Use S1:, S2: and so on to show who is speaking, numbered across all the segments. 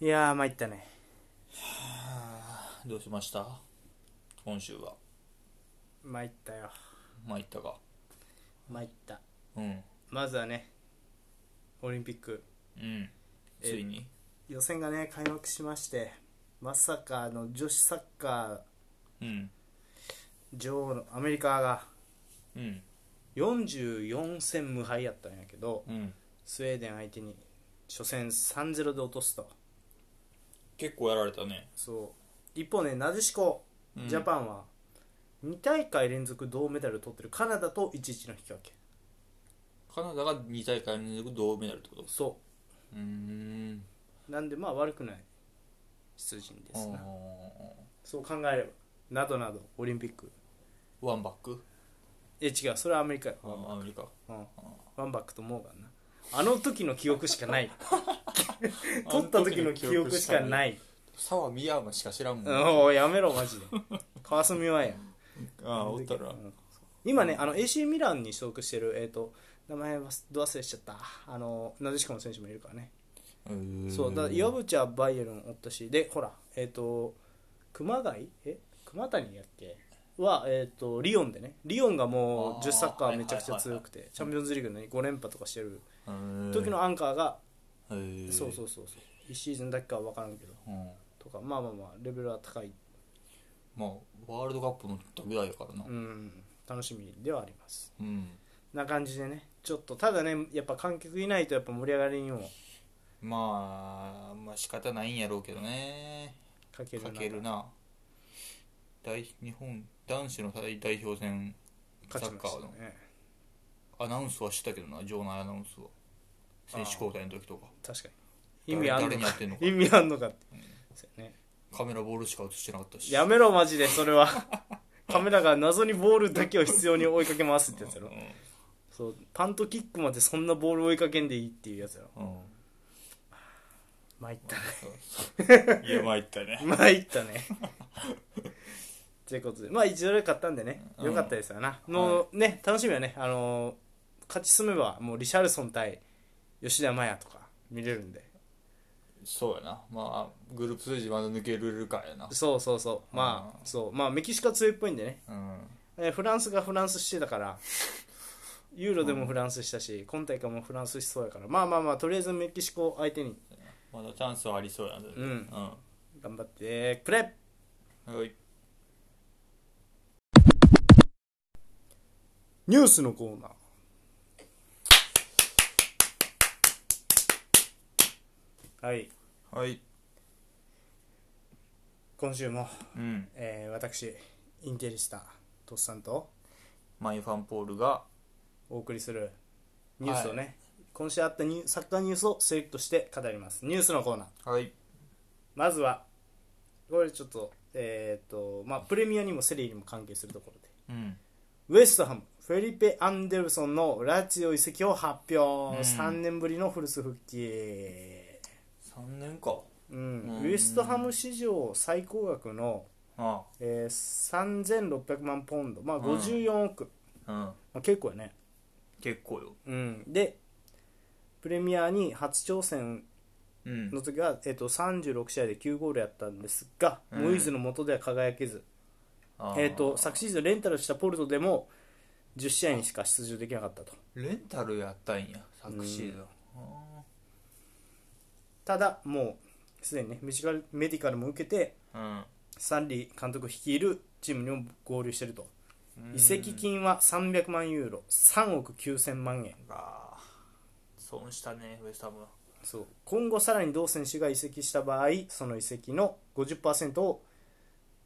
S1: いやー参ったね
S2: どうしました今週は
S1: 参ったよ
S2: まあ言ったか
S1: 参った
S2: うん
S1: まずはねオリンピック
S2: うん
S1: え
S2: ついに
S1: 予選がね開幕しましてまさかあの女子サッカ
S2: うん
S1: ー女王のアメリカが
S2: うん
S1: 44戦無敗やったんやけど
S2: うん
S1: スウェーデン相手に初戦3-0で落とすと
S2: 結構やられたね
S1: そう一方ねなでしこ
S2: うん
S1: ジャパンは2大会連続銅メダルを取ってるカナダと1-1の引き分け
S2: カナダが2大会連続銅メダルってこと
S1: そう
S2: ーん
S1: うなんでまあ悪くない出陣ですな
S2: あ
S1: そう考えればなどなどオリンピック
S2: ーワンバック
S1: え違うそれはアメリカや、
S2: アメリカ
S1: うん、ワンバックとモーガンなあの時の記憶しか ない 取った時の記憶しかないい
S2: 沢美山しか知らんもんあ
S1: おうやめろマジで川澄はや
S2: あおったら
S1: うん今ねあの AC ミランに所属してるえっ、と名前はど忘れしちゃったあのなでしこの選手もいるからねそうだ岩渕はバイエルンおったしでほらえっ、と熊谷え熊谷やっけは、えー、とリオンでねリオンがも
S2: あ
S1: う
S2: ー
S1: 女子サッカーめちゃくちゃ強くて
S2: はいはいはいはい
S1: チャンピオンズリーグの、ね、5連覇とかしてる時
S2: 時
S1: のアンカーが、
S2: そ
S1: そうそううそうそう1シーズンだけかは分からんけど
S2: うん
S1: とかまあまあまあレベルは高い、
S2: まあワールドカップの旅だからな
S1: うん、楽しみではあります
S2: うん
S1: な感じでねちょっとただねやっぱ観客いないとやっぱ盛り上がりにも
S2: まあまあ仕方ないんやろうけどね
S1: 欠けるな
S2: かけるな大日本男子の大代表戦
S1: 勝ちまし
S2: サッ
S1: た
S2: カー
S1: ね
S2: アナウンスはしてたけどな場内アナウンスは選手交代の時とか
S1: 確かに意味あんの
S2: 誰に
S1: か
S2: やってんのか
S1: 意味あんのかって、そうやね
S2: カメラボールしか映してなかったし
S1: やめろマジでそれは カメラが謎にボールだけを必要に追いかけ回すってやつやろ
S2: う
S1: そうパントキックまでそんなボール追いかけんでいいっていうやつやろ
S2: ん うん
S1: 参った ね
S2: いや参ったね
S1: 参ったねということでまあ一度で買ったんでね
S2: うん
S1: よかったですよな、もうね楽しみはねあのー勝ち進めばもうリシャルソン対吉田麻也とか見れるんで
S2: そうやなまあグループステージまだ抜けれるかやな
S1: そうそうそうまあ
S2: う
S1: そうまあメキシコは強いっぽいんでね
S2: うん
S1: えーフランスがフランスしてたからユーロでもフランスしたし、今大会もフランスしそうやからまあまあまあとりあえずメキシコ相手に
S2: まだチャンスはありそうやな
S1: う
S2: うんん
S1: 頑張ってプレッ
S2: はい
S1: ニュースのコーナーはい
S2: はい
S1: 今週も、
S2: うん
S1: えー私インテリスタとっさんと
S2: マイファンポールが
S1: お送りするニュースをね、今週あったニューサッカーニュースをセレクトして語りますニュースのコーナー
S2: はい
S1: まずはこれちょっとえっ、とまあプレミアにもセリエにも関係するところで
S2: うん
S1: ウエストハムフェリペ・アンデルソンのラチオ移籍を発表、
S2: うん
S1: 3年ぶりの古巣復帰、
S2: 3年か
S1: うん
S2: うん
S1: ウエストハム史上最高額の、
S2: あ
S1: えー3600万ポンド、まあ、54億、
S2: あうん
S1: まあ、結構やね、
S2: 結構よ
S1: うん、でプレミアに初挑戦
S2: うん
S1: の時は、えー、と36試合で9ゴールやったんですが、
S2: うん
S1: ムイズの下では輝けず
S2: あー
S1: えー、と昨シーズンレンタルしたポルトでも10試合にしか出場できなかったと
S2: レンタルやったんや昨シーズン
S1: う
S2: あ
S1: ただもうすでにねメディカルメディカルも受けて
S2: ー
S1: サンリー監督率いるチームにも合流してると
S2: うん
S1: 移籍金は300万ユーロ3億9000万円
S2: が損したねウエスタムは
S1: そう今後さらに同選手が移籍した場合その移籍の50%を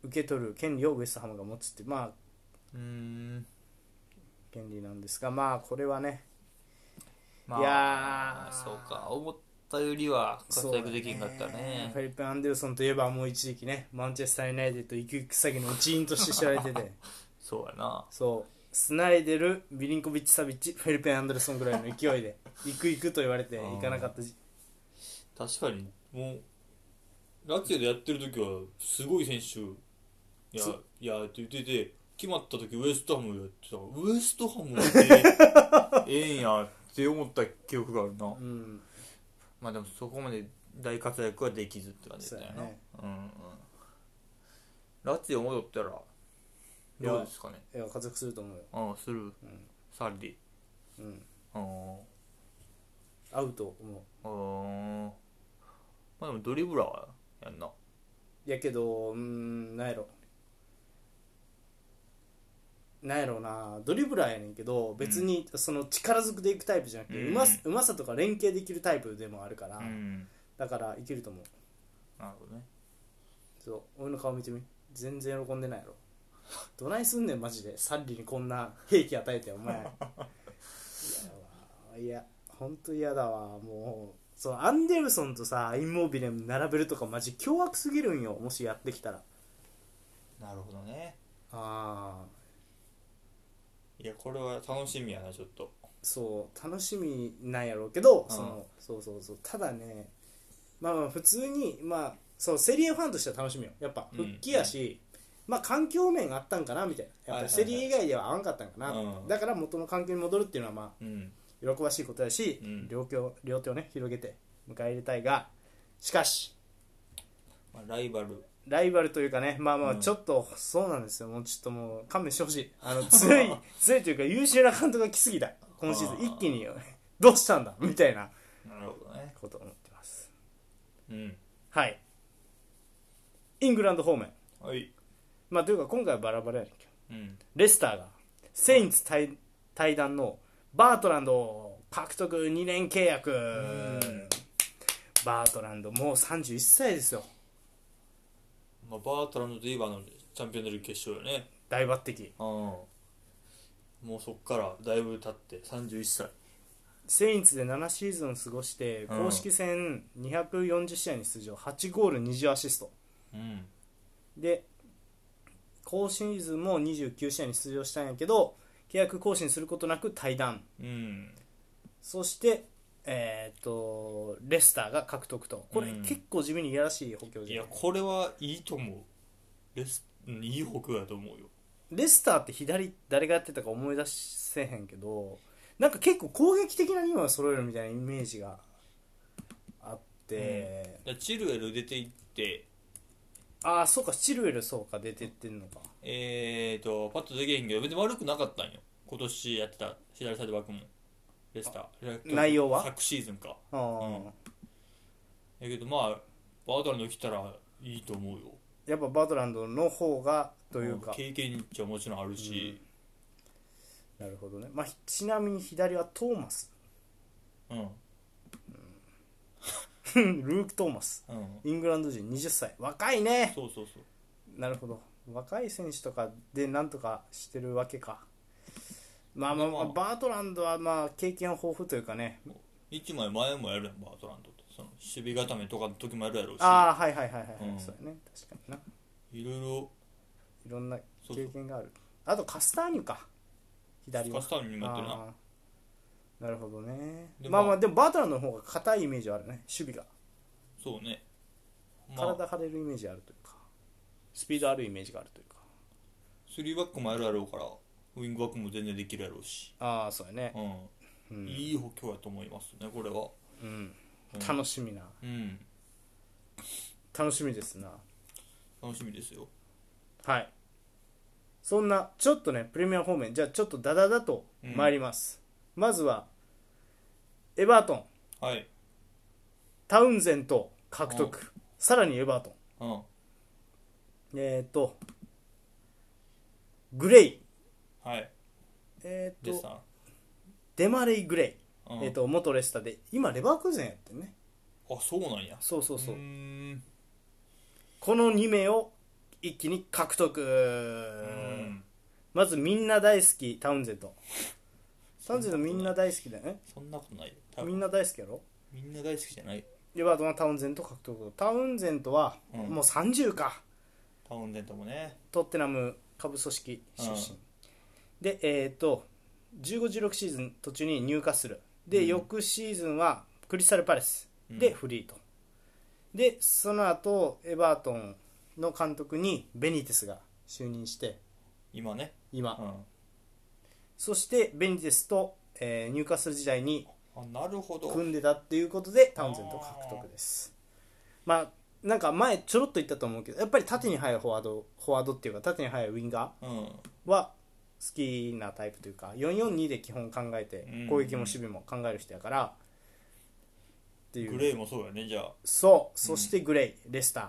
S1: 受け取る権利をウエストハムが持つってまあ
S2: うん
S1: 権利なんですがまあこれはね
S2: まあ
S1: いやー
S2: そうか思ったよりは活躍できんかったね
S1: フェリペ・アンデルソンといえばもう一時期ねマンチェスター・ユナイテッド行く行く先の一員として知られて て
S2: そうやな
S1: そうスナイデルビリンコビッチ・サビッチフェリペ・アンデルソンぐらいの勢いで行く行くと言われて行かなかったじ
S2: 確かにもうラツィオでやってる時はすごい選手いや
S1: つ
S2: いやって言ってて決まった時ウエストハムやってたウエストハムは ええええんやって思った記憶があるな
S1: うん
S2: まあでもそこまで大活躍はできずって感じだったよな
S1: そううやね
S2: んうんラツィオ戻ったらどうですかね
S1: いや活躍すると思うよ、
S2: ああする
S1: うん
S2: サッリ
S1: うん、
S2: ああ
S1: 合うと思
S2: あーまあでもドリブラーやんな
S1: うやけどうーんなんやろなんやろなドリブラーやねんけど別にその力ずくでいくタイプじゃなくて
S2: うん
S1: うま,、うまさとか連携できるタイプでもあるから、
S2: うん
S1: だからいけると思う
S2: なるほどね
S1: そう俺の顔見てみ全然喜んでないやろどないすんねんマジでサッリにこんな兵器与えてお前いやわいや本当嫌だわもうそのアンデルソンとさインモービレ並べるとかマジ凶悪すぎるんよもしやってきたら
S2: なるほどね
S1: ああ
S2: いやこれは楽しみやなちょっと
S1: そう楽しみなんやろうけど
S2: うん
S1: そのそうそうそうただねまあまあ普通にまあそうセリエファンとしては楽しみよやっぱ
S2: うん
S1: 復帰やし、まあ環境面あったんかなみたいなやっぱりセリエ以外では合わんかったんかな、
S2: うん
S1: だから元の環境に戻るっていうのはま
S2: うん
S1: あ喜ばしいことやし、
S2: うん
S1: 両手を両手をね広げて迎え入れたいがしかし
S2: まあライバル
S1: ライバルというかね、まあまあ、
S2: うん
S1: ちょっと、そうなんですよ、もうちょっともう、勘弁してほしい、 あの強い、強いというか、優秀な監督が来すぎた、今シーズン、
S2: あー
S1: 一気に、どうしたんだみたいな
S2: なるほどね
S1: ことを思ってます。
S2: うん
S1: はい。イングランド方面、
S2: はい
S1: まあ、というか、今回はバラバラやねんけど、
S2: うん
S1: レスターが、セインツ対対談のバートランドを獲得2年契約、
S2: ん
S1: バートランド、もう31歳ですよ、
S2: まあ、バートランドといえばあのチャンピオンズリーグ決勝よね
S1: 大抜擢。
S2: ああもうそっからだいぶ経って31歳
S1: セインツで7シーズン過ごして
S2: うん
S1: 公式戦240試合に出場8ゴール20アシスト
S2: うん
S1: で今シーズンも29試合に出場したんやけど契約更新することなく退団
S2: うん
S1: そして、えー、とレスターが獲得とこれ
S2: うん
S1: 結構地味にいやらしい補強
S2: い
S1: じゃ
S2: や
S1: ん
S2: これはいいと思うレスうんいい補強やと思うよ
S1: レスターって左誰がやってたか思い出せへんけどなんか結構攻撃的な2枚を揃えるみたいなイメージがあって。
S2: だからチルエル出ていって
S1: ああそうかチルエルそうか出てってんのか
S2: えーとパッとできへんけど別に悪くなかったんよ今年やってた左サイドバックもレスター
S1: 内容は
S2: 昨シーズンか
S1: あー、
S2: うんだけどまあバートランド来たらいいと思うよ
S1: やっぱバートランドの方がというか
S2: 経験値はもちろんあるし、
S1: なるほどね、まあ、ひちなみに左はトーマス
S2: うんうん
S1: ルーク・トーマスイングランド人20歳若いね
S2: そうそうそう
S1: なるほど若い選手とかでなんとかしてるわけかまあまあまあ
S2: でも
S1: バートランドはまあ経験豊富というかね
S2: 一枚前もやるやんバートランドってその守備固めとかの時もやるやろうし
S1: ああはいはいはいはい、
S2: うん
S1: そうやね確かにない
S2: ろいろ
S1: ろんな
S2: そうそう
S1: 経験があるあとカスターニュか左は
S2: カスターニュにもやってるな
S1: あーなるほどね
S2: で
S1: まあま
S2: ま
S1: あ
S2: あ
S1: でもバートランドの方が硬いイメージはあるね守備が
S2: そうねまあ
S1: 体張れるイメージあるというかスピードあるイメージがあるというか
S2: 3バックもやるやろうからウイングバックも全然できるやろうし、
S1: ああそうやね
S2: う
S1: うんん、
S2: いい補強やと思いますねこれは
S1: うん
S2: うん
S1: 楽しみな
S2: うん
S1: 楽しみですな
S2: 楽しみですよ
S1: はいそんなちょっとねプレミアム方面じゃあちょっとダダダと参ります、まずはエバートン
S2: はい
S1: タウンゼント獲得さらにエバートン
S2: うん
S1: えっ、ー、とグレイ
S2: はい
S1: えっ、
S2: で
S1: ー、と
S2: さ、
S1: デマレイ・グレイ、
S2: うん
S1: えー、と元レスタで今レバークーゼンやってるね
S2: あそうなんや
S1: そうそうそう、
S2: ーん
S1: この2名を一気に獲得、
S2: うん
S1: まずみんな大好きタウンゼントタウンゼントみんな大好きだよね
S2: そんなことないよ多
S1: み
S2: 分
S1: んな大好きやろ
S2: みんな大好きじゃない
S1: レバートンはタウンゼント獲得タウンゼントは
S2: うん
S1: もう30か、
S2: タウンゼントもね
S1: トッテナム下部組織出身、
S2: うん
S1: でえっ、と1516シーズン途中に入荷するで、
S2: うん
S1: 翌シーズンはクリスタルパレスで
S2: うん
S1: フリーと、でその後エバートンの監督にベニテスが就任して
S2: 今ね
S1: 今、
S2: うん
S1: そしてベニテスと、えー、入荷する時代に
S2: あなるほど
S1: 組んでたっていうことでタウンゼント獲得ですまあなんか前ちょろっと言ったと思うけどやっぱり縦に速いフォワードフォワードっていうか縦に速いウィンガ
S2: うん
S1: ーは好きなタイプというか442で基本考えて
S2: うん
S1: 攻撃も守備も考える人やからっていう
S2: グレイもそうやねじゃあ
S1: そうそしてグレイレスター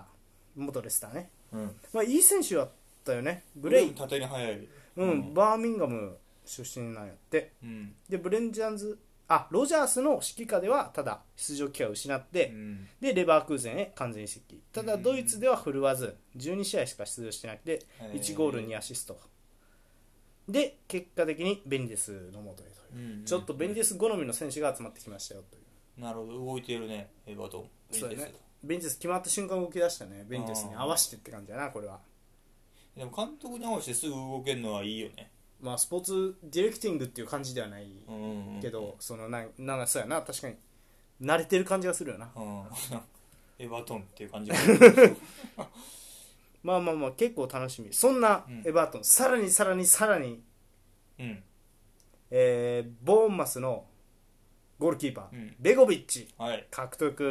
S1: 元レスターね
S2: うん
S1: まあいい選手だったよねグレイ
S2: も縦に速い
S1: うん、
S2: うん
S1: バーミンガム出身なんやって
S2: うん
S1: でブレンジャンズあロジャースの指揮下ではただ出場機会を失って、
S2: うん
S1: でレバークーゼンへ完全移籍ただ
S2: うん
S1: ドイツでは振るわず12試合しか出場してなくて
S2: へー
S1: 1ゴール2アシストで結果的にベニデスのもとへという
S2: うん
S1: ちょっとベニデス好みの選手が集まってきましたよという
S2: なるほど動いてるねエバートン
S1: そう
S2: ベ
S1: や
S2: ニテス
S1: ねベニデス決まった瞬間動き出したねベニデスに合わせてって感じやなこれは
S2: でも監督に合わせてすぐ動けるのはいいよね
S1: まあスポーツディレクティングっていう感じではない
S2: うんうんうん
S1: けど、そのなんなんかそうやな確かに慣れてる感じがするよな
S2: うんエバートンっていう感 じが
S1: まあまあまあ結構楽しみそんな
S2: うん
S1: エバートン、さらにさらにさらに
S2: うん
S1: えーボーンマスのゴールキーパー、
S2: うん
S1: ベゴビッチ
S2: はい
S1: 獲得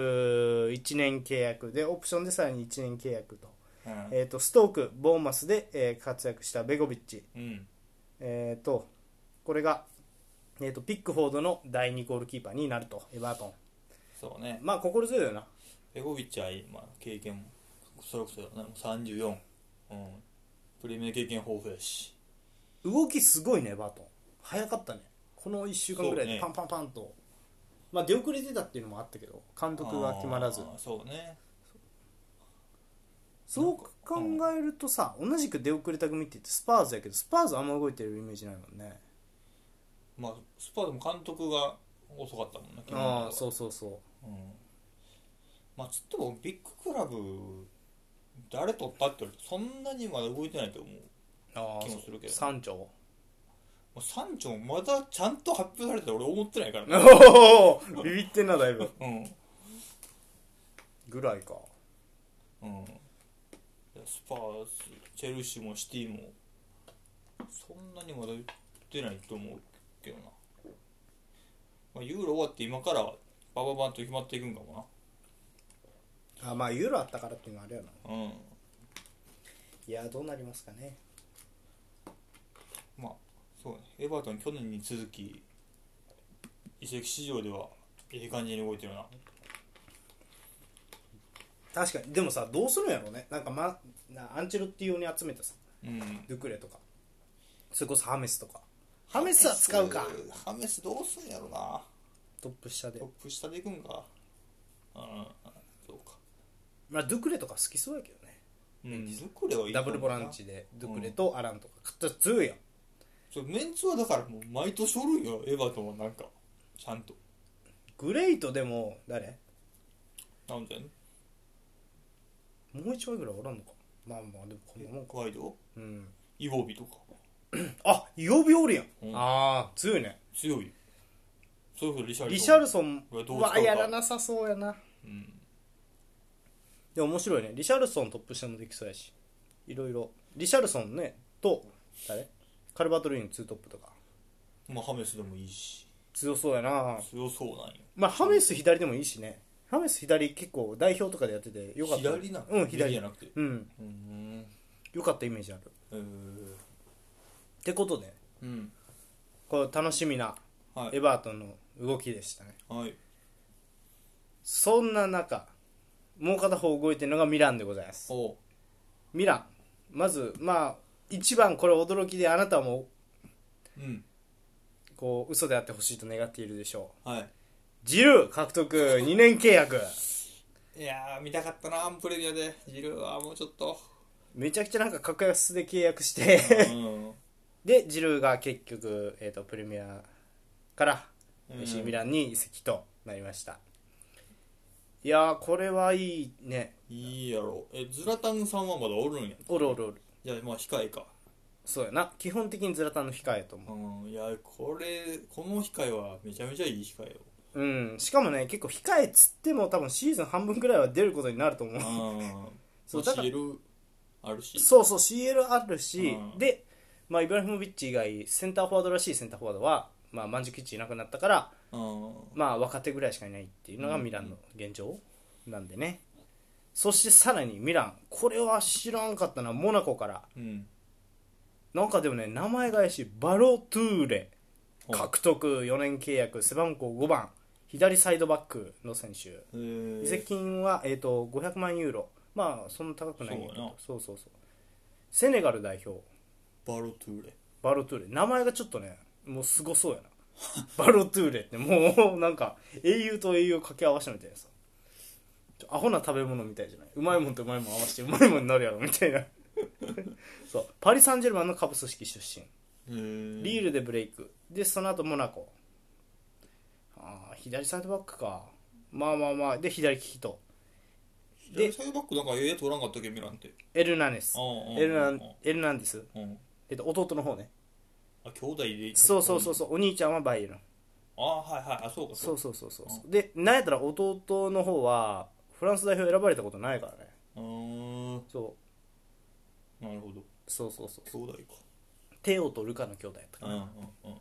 S1: 1年契約でオプションでさらに1年契約と,、
S2: うん
S1: えー、とストーク、ボーンマスで、えー活躍したベゴビッチ、
S2: うん
S1: えー、とこれが、えー、とピックフォードの第2ゴールキーパーになるとエバートン
S2: そうね
S1: まあ心強いよな
S2: ペコビッチは今経験もそれこそだねもう34、うん、プレミア経験豊富やし
S1: 動きすごいねエバートン早かったねこの1週間ぐらい
S2: そう
S1: で
S2: ね
S1: パンパンパンと、まあ、出遅れてたっていうのもあったけど監督が決まらず
S2: あーそうね
S1: そう考えるとさ、同じく出遅れた組って言ってスパーズやけどスパーズあんま動いてるイメージないもんね
S2: まあスパーでも監督が遅かったもんね、
S1: ああそううそうそ
S2: うん、まあちょっともビッグクラブ誰取ったって言われてそんなにまだ動いてないと思う
S1: うあ
S2: 気もするけど
S1: 三丁
S2: もう三丁まだちゃんと発表されてたら俺思ってないからね
S1: おおビビってんなだいぶ
S2: うん
S1: ぐらいか
S2: うんスパーズチェルシーもシティもそんなにまだ出ないと思うけどな、まあ、ユーロ終わって今からバババンと決まっていくんかも
S1: あまあユーロあったからっていうのはあれやな
S2: なうん
S1: いやどうなりますかね
S2: まあそうねエバートン去年に続き移籍市場ではいい感じに動いてるな
S1: 確かにでもさどうするんやろうねなんか、ま、なアンチェロッティ用に集めたさ
S2: うん
S1: ドゥクレとかそれこそハメスとかハメスは使うか
S2: ハメスどうすんやろな
S1: トップ下で
S2: トッ、プ下でいくんかうんそうか
S1: まあ、ドゥクレとか好きそうやけどね
S2: うん手作りはいいと
S1: ダ
S2: 思
S1: ブル
S2: うな
S1: ボランチでドゥクレとアランとか、強いやん
S2: そうメンツはだからもう毎年おるんよエバートンはなんかちゃんと
S1: グレイトでも誰
S2: なんじゃね
S1: もう一枚ぐらいおらんのかまあまあでもこんなもんか
S2: ホワイト
S1: うん
S2: イボビとか
S1: あイオビオリやん、
S2: うん
S1: ああ強いね
S2: 強いそれこそリシャルドン
S1: リシャルソン
S2: これどう使う
S1: は
S2: か
S1: やらなさそうやな
S2: うん
S1: でも面白いねリシャルソントップ下もできそうやしいろいろリシャルソンねと誰カルバトルインツートップとか
S2: まあハメスでもいいし
S1: 強そうやな
S2: 強そうなんよ
S1: まあハメス左でもいいしねハメス左結構代表とかでやっててよかった
S2: 左な
S1: うん
S2: 右じ
S1: 左
S2: ゃなくて
S1: うん
S2: うーん
S1: よかったイメージある
S2: えー
S1: ってことで
S2: うん
S1: こう楽しみな
S2: は
S1: エ
S2: い
S1: バートンの動きでしたね
S2: はい
S1: そんな中もう片方動いてるのがミランでございます
S2: おう
S1: ミランまずまあ一番これ驚きであなたも
S2: うん
S1: こう嘘であってほしいと願っているでしょう
S2: はい
S1: ジルー獲得2年契約
S2: いやー見たかったなアンプレミアでジルーはもうちょっと
S1: めちゃくちゃなんか格安で契約して
S2: うん
S1: でジルーが結局、えー、とプレミアから
S2: うん
S1: AC ミランに移籍となりました、いやーこれはいいね
S2: いいやろえズラタンさんはまだおるんや
S1: おるおるおる
S2: じゃあまあ控えか
S1: そうやな基本的にズラタンの控えと思う
S2: うんいやこれこの控えはめちゃめちゃいい控えよ
S1: うん、しかもね結構控えっつっても多分シーズン半分くらいは出ることになると思う
S2: あ
S1: そ
S2: そうう
S1: だから
S2: CL あるし
S1: そうそう CL あるし、
S2: うん
S1: で、まあ、イブラヒモビッチ以外センターフォワードらしいセンターフォワードは、まあ、マンジュキッチいなくなったから、
S2: うん
S1: まあ、若手ぐらいしかいないっていうのが
S2: うん
S1: ミランの現状なんでね、そしてさらにミランこれは知らんかったなモナコから
S2: うん
S1: なんかでもね名前が怪しいバロトゥーレ
S2: ほう
S1: 獲得4年契約背番号5番左サイドバックの選手
S2: へー
S1: 移籍金は、えー、と500万ユーロまあそんな高くないんだけどそうそうそうセネガル代表
S2: バロトゥーレ
S1: バロトゥーレ名前がちょっとねもうすごそうやなバロトゥーレってもうなんか英雄と英雄を掛け合わせたみたいなさちょアホな食べ物みたいじゃないうまいもんとうまいもん合わせてうまいもんになるやろみたいな そうパリ・サンジェルマンの下部組織出身リ
S2: リ
S1: ールでブレイクでその後モナコああ左サイドバックかまあまあまあで左利きとで
S2: でサイドバックなんかええ取らんかったっけミランって
S1: エルナネス
S2: あああ
S1: エルナン
S2: あ
S1: エルナンディス、
S2: うん
S1: えっと、弟の方ね
S2: あ兄弟で
S1: そうそうそうそうお兄ちゃんはバイエルン
S2: ああはいはいあそうか
S1: そううそうそうそうそうでなんやったら弟の方はフランス代表選ばれたことないからね
S2: うーん
S1: そう
S2: なるほど
S1: そうそうそう
S2: 兄弟か
S1: テオとルカの兄弟やったか
S2: うん
S1: な、
S2: うん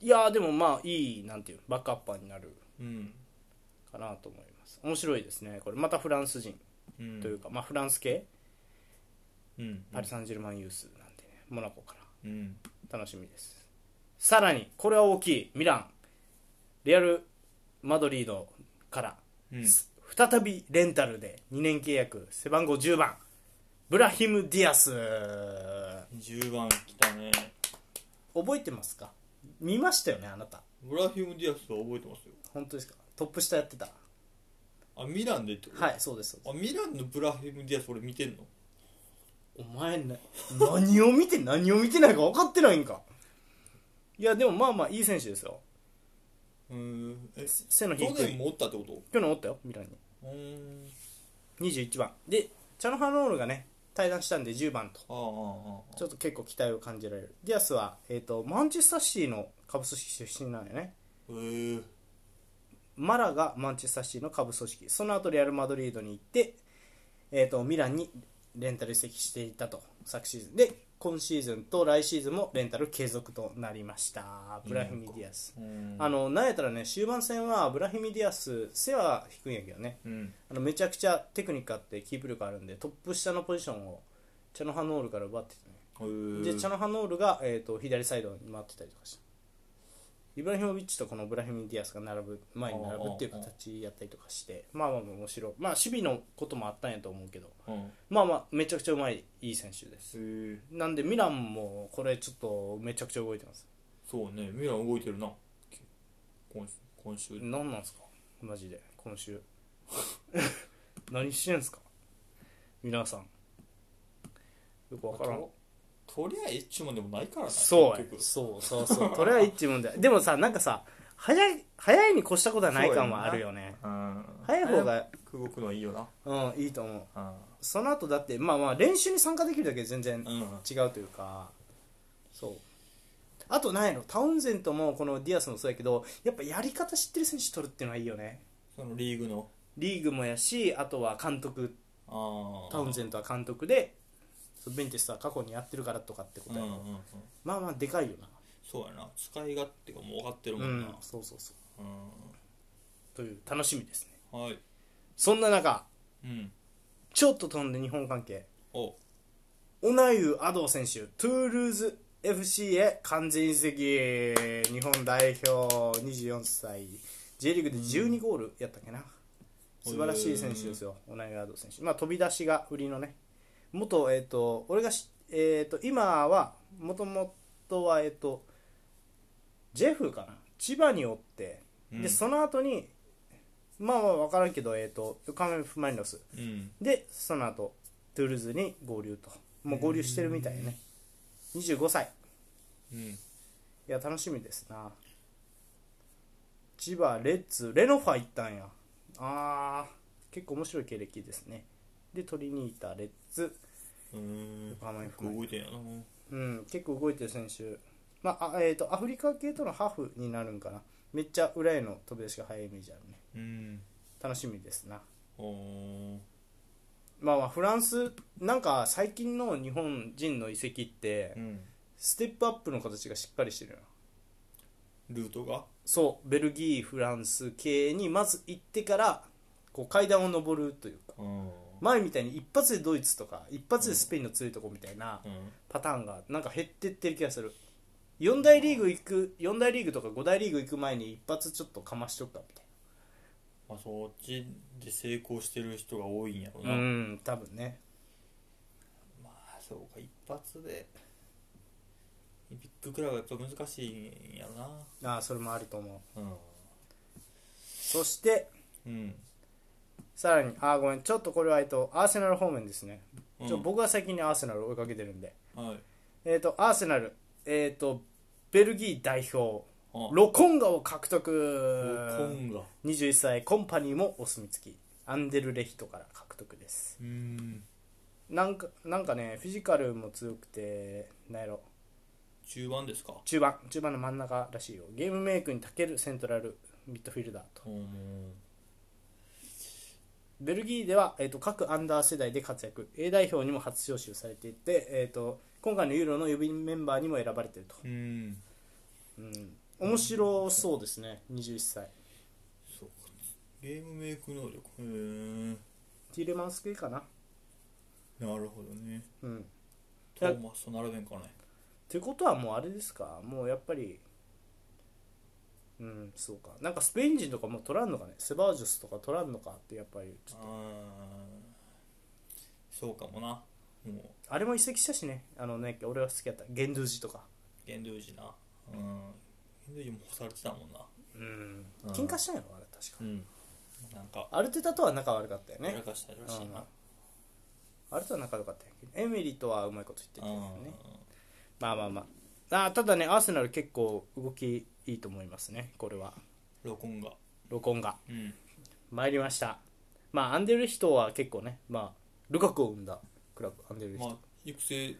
S1: いやーでもまあいいなんていうのバックアッパーになる
S2: うん
S1: かなと思います面白いですねこれまたフランス人
S2: うん
S1: というか、まあフランス系
S2: うん
S1: パリ・サンジェルマンユースなんでねモナコから
S2: うん
S1: 楽しみですさらにこれは大きいミランレアル・マドリードから、
S2: うん
S1: 再びレンタルで2年契約背番号10番ブラヒム・ディアス
S2: 10番来たね
S1: 覚えてますか見ましたよねあなた
S2: ブラヒム・ディアスは覚えてますよ
S1: 本当ですかトップ下やってた
S2: あミランでってこと
S1: はいそうですそうです
S2: あミランのブラヒム・ディアス俺見てんの
S1: お前な何を見て 何を見てないか分かってないんかいやでもまあまあいい選手ですよ
S2: うーんえ
S1: 背の低
S2: 去年
S1: い
S2: もおったってこ
S1: 去年おったよミランに
S2: とうーん
S1: 21番でチャノハノールがね退団したんで10番と
S2: ああああああ
S1: ちょっと結構期待を感じられるディアスは、えー、とマンチェスターシティの下部組織出身なんよね
S2: へえ
S1: マラがマンチェスターシティの下部組織その後レアル・マドリードに行って、えー、とミランにレンタル移籍していたと昨シーズンで今シーズンと来シーズンもレンタル継続となりましたブラヒミ・ディアス
S2: うん
S1: あのなんやったらね終盤戦はブラヒミ・ディアス背は低いんやけどね
S2: うん
S1: あのめちゃくちゃテクニックあってキープ力あるんでトップ下のポジションをチャノハノールから奪ってたね
S2: へー
S1: でチャノハノールが、えー、と左サイドに回ってたりとかしたイブラヒモビッチとこのブラヒミディアスが並ぶ前に並ぶっていう形やったりとかしてまあまあまあ面白いまあ守備のこともあったんやと思うけど
S2: うんへ
S1: まあまあめちゃくちゃうまいいい選手です
S2: え
S1: なんでミランもこれちょっとめちゃくちゃ動いてます
S2: そうねミラン動いてるな今週今週
S1: 何なんすかマジで今週 何してんすか皆さんよくわからん
S2: ととりあえず一もでもないからな
S1: そうや
S2: 結局
S1: そうそうそうとりあえず一 問ででもさなんかさ早い早いに越したことはない感はあるよね
S2: うん
S1: 早い方が
S2: 動くのはいいよな
S1: うんいいと思う
S2: うん
S1: その後だってまあまあ練習に参加できるだけで全然
S2: うん
S1: 違うというかそうあと何やろタウンゼントもこのディアスもそうやけどやっぱやり方知ってる選手取るっていうのはいいよね
S2: そのリーグの
S1: リーグもやしあとは監督
S2: ああ
S1: タウンゼントは監督でそうベンテスは過去にやってるからとかってこと
S2: うん
S1: や
S2: う
S1: ろ、
S2: んうん
S1: まあまあでかいよな
S2: そうやな使い勝手がもう分かってる
S1: う
S2: もんなん
S1: そうそうそう
S2: う
S1: という楽しみですね
S2: んはい
S1: そんな中
S2: うん
S1: ちょっと飛んで日本関係
S2: お
S1: オナユアドー選手トゥールーズ FC へ完全移籍日本代表24歳 J リーグで12ゴールやったっけな、素晴らしい選手ですよオナユアドー選手まあ飛び出しが売りのね元えっ、と俺がしえっ、と今はもともとはえっ、とジェフかな千葉におって、
S2: うん
S1: でその後にまあまあ分からんけど、えっと横浜 F ・マリノス
S2: うん
S1: でその後トゥールーズに合流ともう合流してるみたいね25歳
S2: うん
S1: いや楽しみですな千葉レッツレノファ行ったんやあー結構面白い経歴ですねでトリニータレッツ
S2: うん
S1: 横浜 F マリ
S2: 動いてんやな
S1: うん結構動いてる選手まああえー、とアフリカ系とのハーフになるんかなめっちゃ裏への飛び出しが早いイメージあるね
S2: うん
S1: 楽しみですな
S2: おー
S1: まあまあフランスなんか最近の日本人の移籍って、
S2: うん
S1: ステップアップの形がしっかりしてるよな
S2: ルートが
S1: そうベルギーフランス系にまず行ってからこう階段を上るというか
S2: うん
S1: 前みたいに一発でドイツとか一発でスペインの強いとこみたいな
S2: うん
S1: パターンがなんか減ってってる気がする4大リーグ行く四大リーグとか5大リーグ行く前に一発ちょっとかましとったみたい
S2: まあ、そっちで成功してる人が多いんやろうな、
S1: なうん多分ね
S2: まあそうか一発でビッグクラブはやっぱ難しいんやろ
S1: ああそれもあると思う
S2: な
S1: そして
S2: うん、うん、
S1: さらにあーごめんちょっとこれはえっとアーセナル方面ですねちょ
S2: うん
S1: 僕は最近ねアーセナル追いかけてるんで
S2: はい
S1: えっ、とアーセナルえっ、とベルギー代表
S2: あ
S1: ロコンガを獲
S2: ロコ
S1: 得
S2: ンガ
S1: 21歳コンパニーもお墨付きアンデルレヒトから獲得です
S2: うん
S1: なんかなんかねフィジカルも強くてなんやろ
S2: 中盤ですか
S1: 中盤中盤の真ん中らしいよゲームメイクに長けるセントラルミッドフィルダーと
S2: うん
S1: ベルギーでは、えー、と各アンダー世代で活躍 A 代表にも初招集されていて、えー、と今回のユーロの予備メンバーにも選ばれていると、
S2: うん
S1: うん、面白そうですね21歳
S2: そうかゲームメイク能力へえ
S1: ティーレマンス系かな
S2: なるほどね
S1: うん
S2: トーマスと並べんかね
S1: ってことはもうあれですかもうやっぱりうんそうかなんかスペイン人とかもう取らんのかねセバージョスとか取らんのかってやっぱりちょっと
S2: あーそうかもなもう
S1: あれも移籍したしねあのね俺が好きやったゲンドゥジとか
S2: ゲンドゥージなうんゲンドゥージも干されてたもんな
S1: うん
S2: うん
S1: 喧嘩したんやろあれ確か
S2: うんなんか
S1: アルテタとは仲悪かったよ
S2: やら
S1: ね
S2: かしたらしいな
S1: アルテタは仲良かったんやけどエミリとはうまいこと言ってたよね
S2: うん
S1: まあまあまああーただねアーセナル結構動きいいと思いますねこれは
S2: ロコンが
S1: ロコンが
S2: うん
S1: 参りましたまあアンデルヒトは結構ねまあルカクを生んだクラブアンデルヒ
S2: ま
S1: ト、
S2: あ育成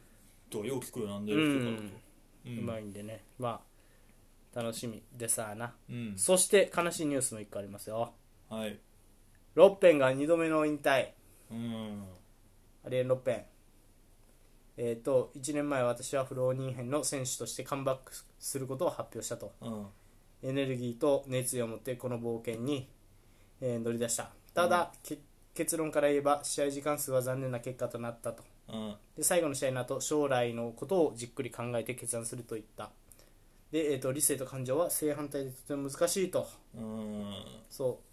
S2: とはよく聞くよなんでる人からとう
S1: うまいんでねまあ楽しみでさあな、
S2: うん
S1: そして悲しいニュースも1個ありますよ
S2: はい
S1: ロッペンが2度目の引退
S2: うん
S1: アリエン・ロッペンえっ、と1年前私はフローニンヘンの選手としてカムバックすることを発表したと
S2: うん
S1: エネルギーと熱意を持ってこの冒険に、えー乗り出したただ、け結論から言えば試合時間数は残念な結果となったと
S2: うん
S1: で最後の試合の後将来のことをじっくり考えて決断すると言ったで、えー、と理性と感情は正反対でとても難しいと
S2: うん
S1: そう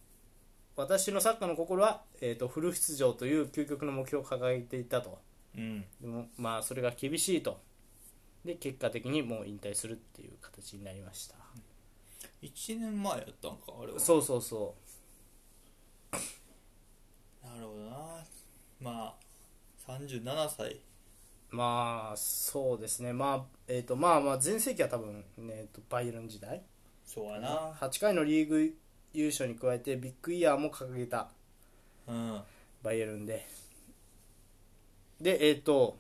S1: 私のサッカーの心は、えー、とフル出場という究極の目標を掲げていたと
S2: うん
S1: でもまあそれが厳しいとで結果的にもう引退するっていう形になりました
S2: 1年前やったんかあれは
S1: そうそうそ
S2: なるほどなまあ37歳
S1: うまあそうですねまあえっ、とまあまあ全盛期は多分、ね、とバイエルン時代
S2: そうやな
S1: 8回のリーグ優勝に加えてビッグイヤーも掲げた
S2: うん
S1: バイエルンででえっ、と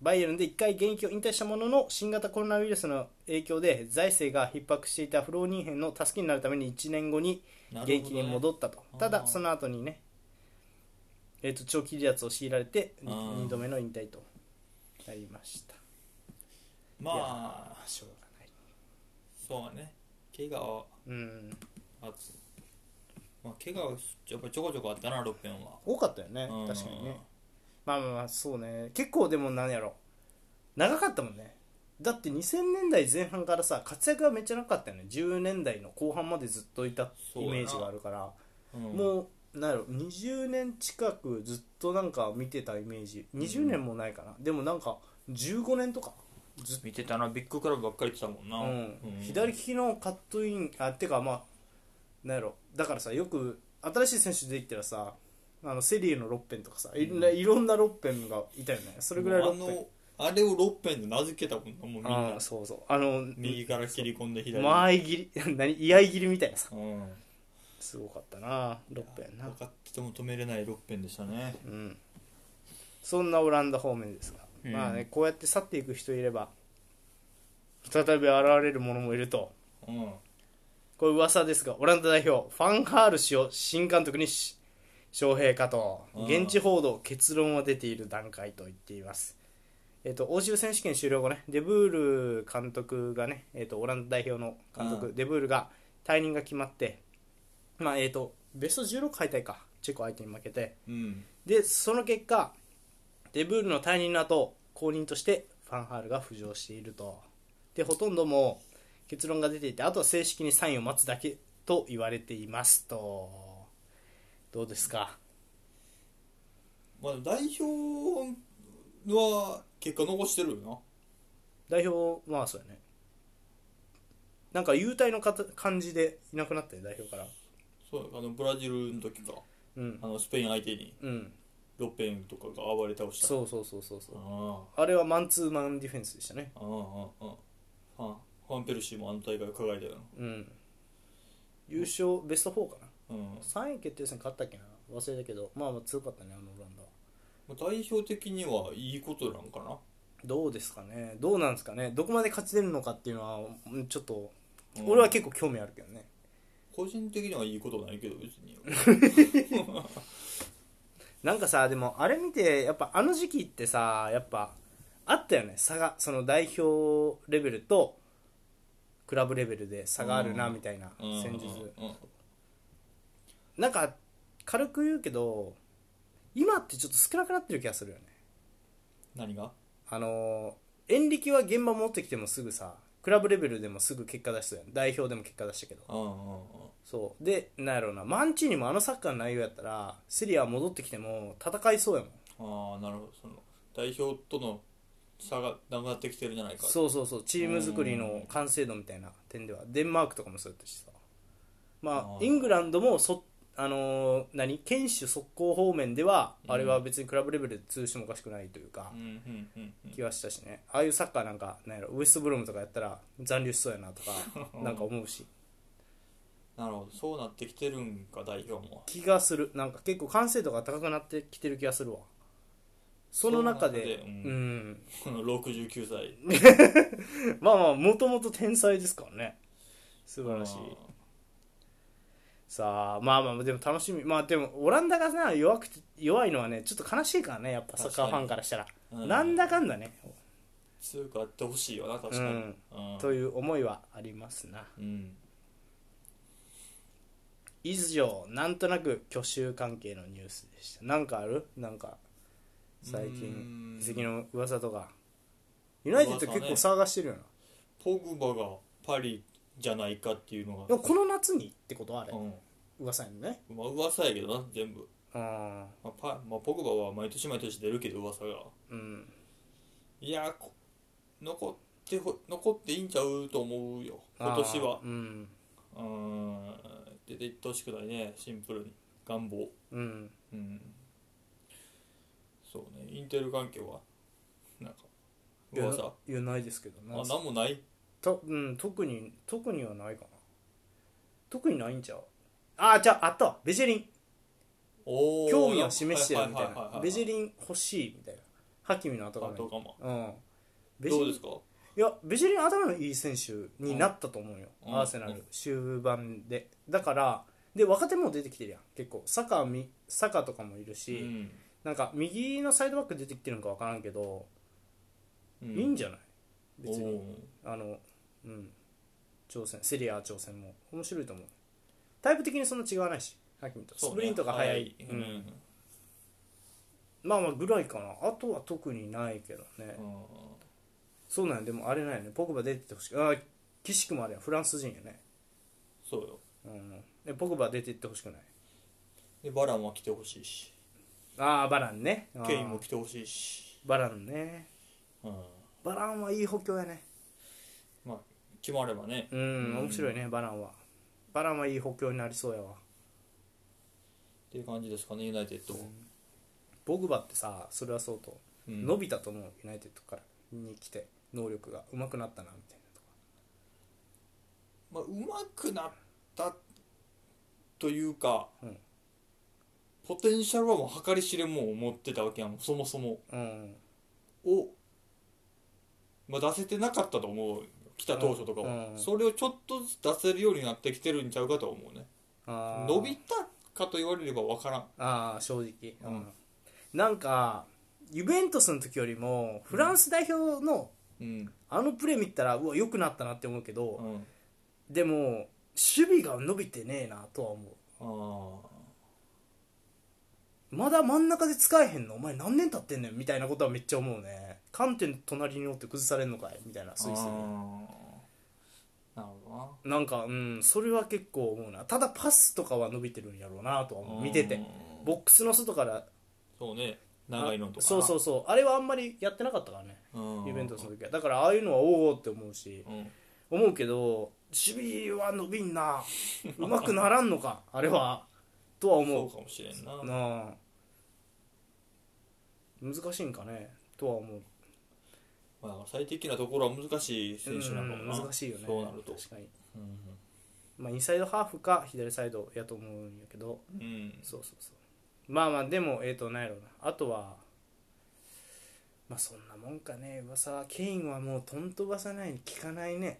S1: バイエルンで1回現役を引退したものの新型コロナウイルスの影響で財政が逼迫していたフローニーヘンの助けになるために1年後に
S2: な
S1: 現役に戻
S2: っ
S1: ったと、
S2: あー
S1: ただその後にね、えー、と長期離脱を強いられて
S2: あー
S1: 2, 度目の引退となりましたいや
S2: まあ
S1: ーしょうがない
S2: そうやね怪我は
S1: うん
S2: あつまあ怪我はやっぱりちょこちょこあったなロッペンは
S1: 多かったよね
S2: うん
S1: 確かにねまあまあまあそうね結構でもなんやろ長かったもんねだって2000年代前半からさ活躍がめっちゃなかったよね10年代の後半までずっといた
S2: そう
S1: イ
S2: やな
S1: メージがあるから
S2: うん
S1: もうなんやろ20年近くずっとなんか見てたイメージ20年もないかな、でもなんか15年とかずっ
S2: 見てたなビッグクラブばっかり言ってたもんな、
S1: と、うん左利きのカットインあてかまあなんやろだからさよく新しい選手出てきたらさあのセリエのロッペンとかさ、いろんな、いろんなロッペンがいたよねそ
S2: そ
S1: れぐらいロッペン
S2: あのあれをロッペンで名付けたもんなもうみん
S1: あ
S2: な
S1: あそうそうあの
S2: 右から切り込んで左
S1: 間合い切り 何居合切りみたいなさ
S2: うん
S1: すごかったなロッペンな
S2: 分かってても止めれないロッペンでしたね
S1: うん、そんなオランダ方面ですが、
S2: うん
S1: まあねこうやって去っていく人いれば再び現れる者もいると
S2: うん
S1: これ噂ですがオランダ代表ファンハール氏を新監督にし招聘かと
S2: うん
S1: 現地報道結論は出ている段階と言っていますえっと欧州選手権終了後ねデブール監督がね、えっとオランダ代表の監督、
S2: うん
S1: デブールが退任が決まってまあえっとベスト16敗退かチェコ相手に負けて
S2: うん
S1: でその結果デブールの退任の後後任としてファンハールが浮上しているとでほとんどもう結論が出ていてあとは正式にサインを待つだけと言われていますとどうですか
S2: まあ代表は結果残してるよな
S1: 代表まあそうやねなんか優待のかた感じでいなくなったよ代表から
S2: そうあのブラジルの時か
S1: うん
S2: あのスペイン相手に
S1: うん
S2: ロペンとかが暴れ倒したう
S1: そうそうそうそうそう
S2: あ
S1: あれはマンツーマンディフェンスでしたね
S2: あああああファンファンペルシーもあの大会輝いたよ
S1: うん優勝ベスト4かな
S2: なうん
S1: 3位決定戦勝ったっけな忘れたけどまあまあ強かったねあのオランダは
S2: まあ代表的にはいいことなんかな
S1: どうですかねどうなんですかねどこまで勝ち出るのかっていうのはうんちょっと
S2: うん
S1: 俺は結構興味あるけどね
S2: 個人的にはいいことないけど 別に
S1: なんかさでもあれ見てやっぱあの時期ってさやっぱあったよね差がその代表レベルとクラブレベルで差があるな
S2: うん
S1: みたいな
S2: うん
S1: 戦術
S2: うんうん
S1: なんか軽く言うけど今ってちょっと少なくなってる気がするよね
S2: 何が
S1: あのーエンリキは現場持ってきてもすぐさクラブレベルでもすぐ結果出したよね代表でも結果出したけど
S2: うんうんうん
S1: そうでなんやろうなマンチーニもあのサッカーの内容やったらセリア戻ってきても戦いそうやもん
S2: ああなるほどその代表との差がなくなってきてるんじゃないか
S1: そうそうそうチーム作りの完成度みたいな点ではデンマークとかもそうやったしさま
S2: あ
S1: あ
S2: ー
S1: イングランドもそあのー何堅守速攻方面ではあれは別にクラブレベルで通じてもおかしくないというか
S2: うんうんうんうん
S1: 気はしたしねああいうサッカーなんかなんやろウエストブロムとかやったら残留しそうやなとかなんか思うし
S2: なるほどそうなってきてるんか代表も
S1: 気がするなんか結構完成度が高くなってきてる気がするわその中で
S2: その中でう
S1: うん、
S2: この69歳
S1: まあまあもともと天才ですからね素晴らしいさあまあまあでも楽しみまあでもオランダがな弱くて弱いのはねちょっと悲しいからねやっぱサッカーファンからしたら、
S2: うん
S1: なんだかんだね、
S2: 強くあってほしいよな確か
S1: う
S2: に
S1: ん、
S2: うん
S1: という思いはありますな
S2: うん
S1: 以上なんとなく去就関係のニュースでしたなんかあるなんか最
S2: う
S1: 近
S2: ん
S1: 移籍の噂とかユナイテッド結構騒がしてるよな、
S2: ポグバがパリじゃないかっていうの
S1: で
S2: が
S1: もこの夏にってことはあれ
S2: う
S1: 噂やんね
S2: んまあ噂やけどな全部、
S1: うん
S2: まあパまあ、ポグバは毎年毎年出るけど噂が
S1: うん
S2: いやーこ残ってほ残っていいんちゃうと思うよ今年は
S1: あーうん
S2: うーん出ていってほしくないねシンプルに願望
S1: うん
S2: うんそうねインテル環境はなんか
S1: いや
S2: 噂あ
S1: いやないですけどな
S2: なんもない
S1: とうん特に特にはないかな特にないんちゃうああじゃああったわベジェリン
S2: おー
S1: 興味を示してるみたい
S2: はははは
S1: なベジェリン欲しいみたいなハキミの後
S2: あ
S1: が
S2: とかも
S1: うんベジェ
S2: ど
S1: リ
S2: うで
S1: ン
S2: すか
S1: いやベジェリン頭のいい選手になったと思うよ、
S2: うん
S1: アーセナル、
S2: うん
S1: 終盤でだからで若手も出てきてるやん結構サカみサカとかもいる
S2: う
S1: し、
S2: ん
S1: なんか右のサイドバック出てきてるのか分からんけど、
S2: うん
S1: いいんじゃない別に
S2: おー
S1: あのうん挑戦セリア挑戦も面白いと思うタイプ的にそんな違わないしハキミと
S2: そう
S1: ス
S2: ね
S1: プリントが速い、
S2: う
S1: うんんまあまあぐらいかなあとは特にないけどね、
S2: うん
S1: そうなんやでもあれなんやねポグバ出てってほしいああ岸君もあれやフランス人やね
S2: そうよ
S1: うんでポグバ出てってほしくない
S2: でバランは来てほしいし
S1: ああバランねあー
S2: ケインも来てほしいし
S1: バランね
S2: うん
S1: バランはいい補強やね
S2: まあ決まればね
S1: うん面白いねバランはバランはいい補強になりそうやわ
S2: っていう感じですかねユナイテッド
S1: ポグバってさそれはそうと
S2: うん
S1: 伸びたと思うユナイテッドからに来て能力が上手くなったなみたいなとか
S2: まあ、うまくなったというか、
S1: うん
S2: ポテンシャルはもう計り知れもう持ってたわけやもんそもそも
S1: うん
S2: を、まあ、出せてなかったと思う来た当初とかは、
S1: うん
S2: それをちょっとずつ出せるようになってきてるんちゃうかと思うね
S1: あー
S2: 伸びたかと言われれば分からん
S1: ああ正直、
S2: うん
S1: なんかユベントスの時よりもフランス代表の
S2: うん
S1: あのプレー見たらうわ良くなったなって思うけど、
S2: うん
S1: でも守備が伸びてねえなとは思う
S2: ああ
S1: まだ真ん中で使えへんのお前何年経ってんねんみたいなことはめっちゃ思うね観点隣におって崩されんのかいみたいなスイス
S2: あー
S1: に
S2: なるほどな
S1: なんかうんそれは結構思うなただパスとかは伸びてるんやろうなとは思う見て
S2: う
S1: て
S2: ん
S1: ボックスの外から
S2: そうね長いのとか
S1: あそうそうそうあれはあんまりやってなかったからね
S2: うん
S1: ユベントスの時はだからああいうのはおおって思うし
S2: うん
S1: 思うけど守備は伸びんなうまくならんのか あれはとは
S2: そ
S1: 思
S2: うかもしれんな
S1: うなあ難しいんかねとは思う
S2: まあ、だから最適なところは難しい選手なのかもな、
S1: うん難しいよね
S2: そうなると、
S1: 確かに、
S2: うん
S1: まあ、インサイドハーフか左サイドやと思うんやけど
S2: うん、
S1: そうそうそうまあまあでもえっ、となんやろうなあとはまあそんなもんかね噂はケインはもうとんと噂ないに聞かないね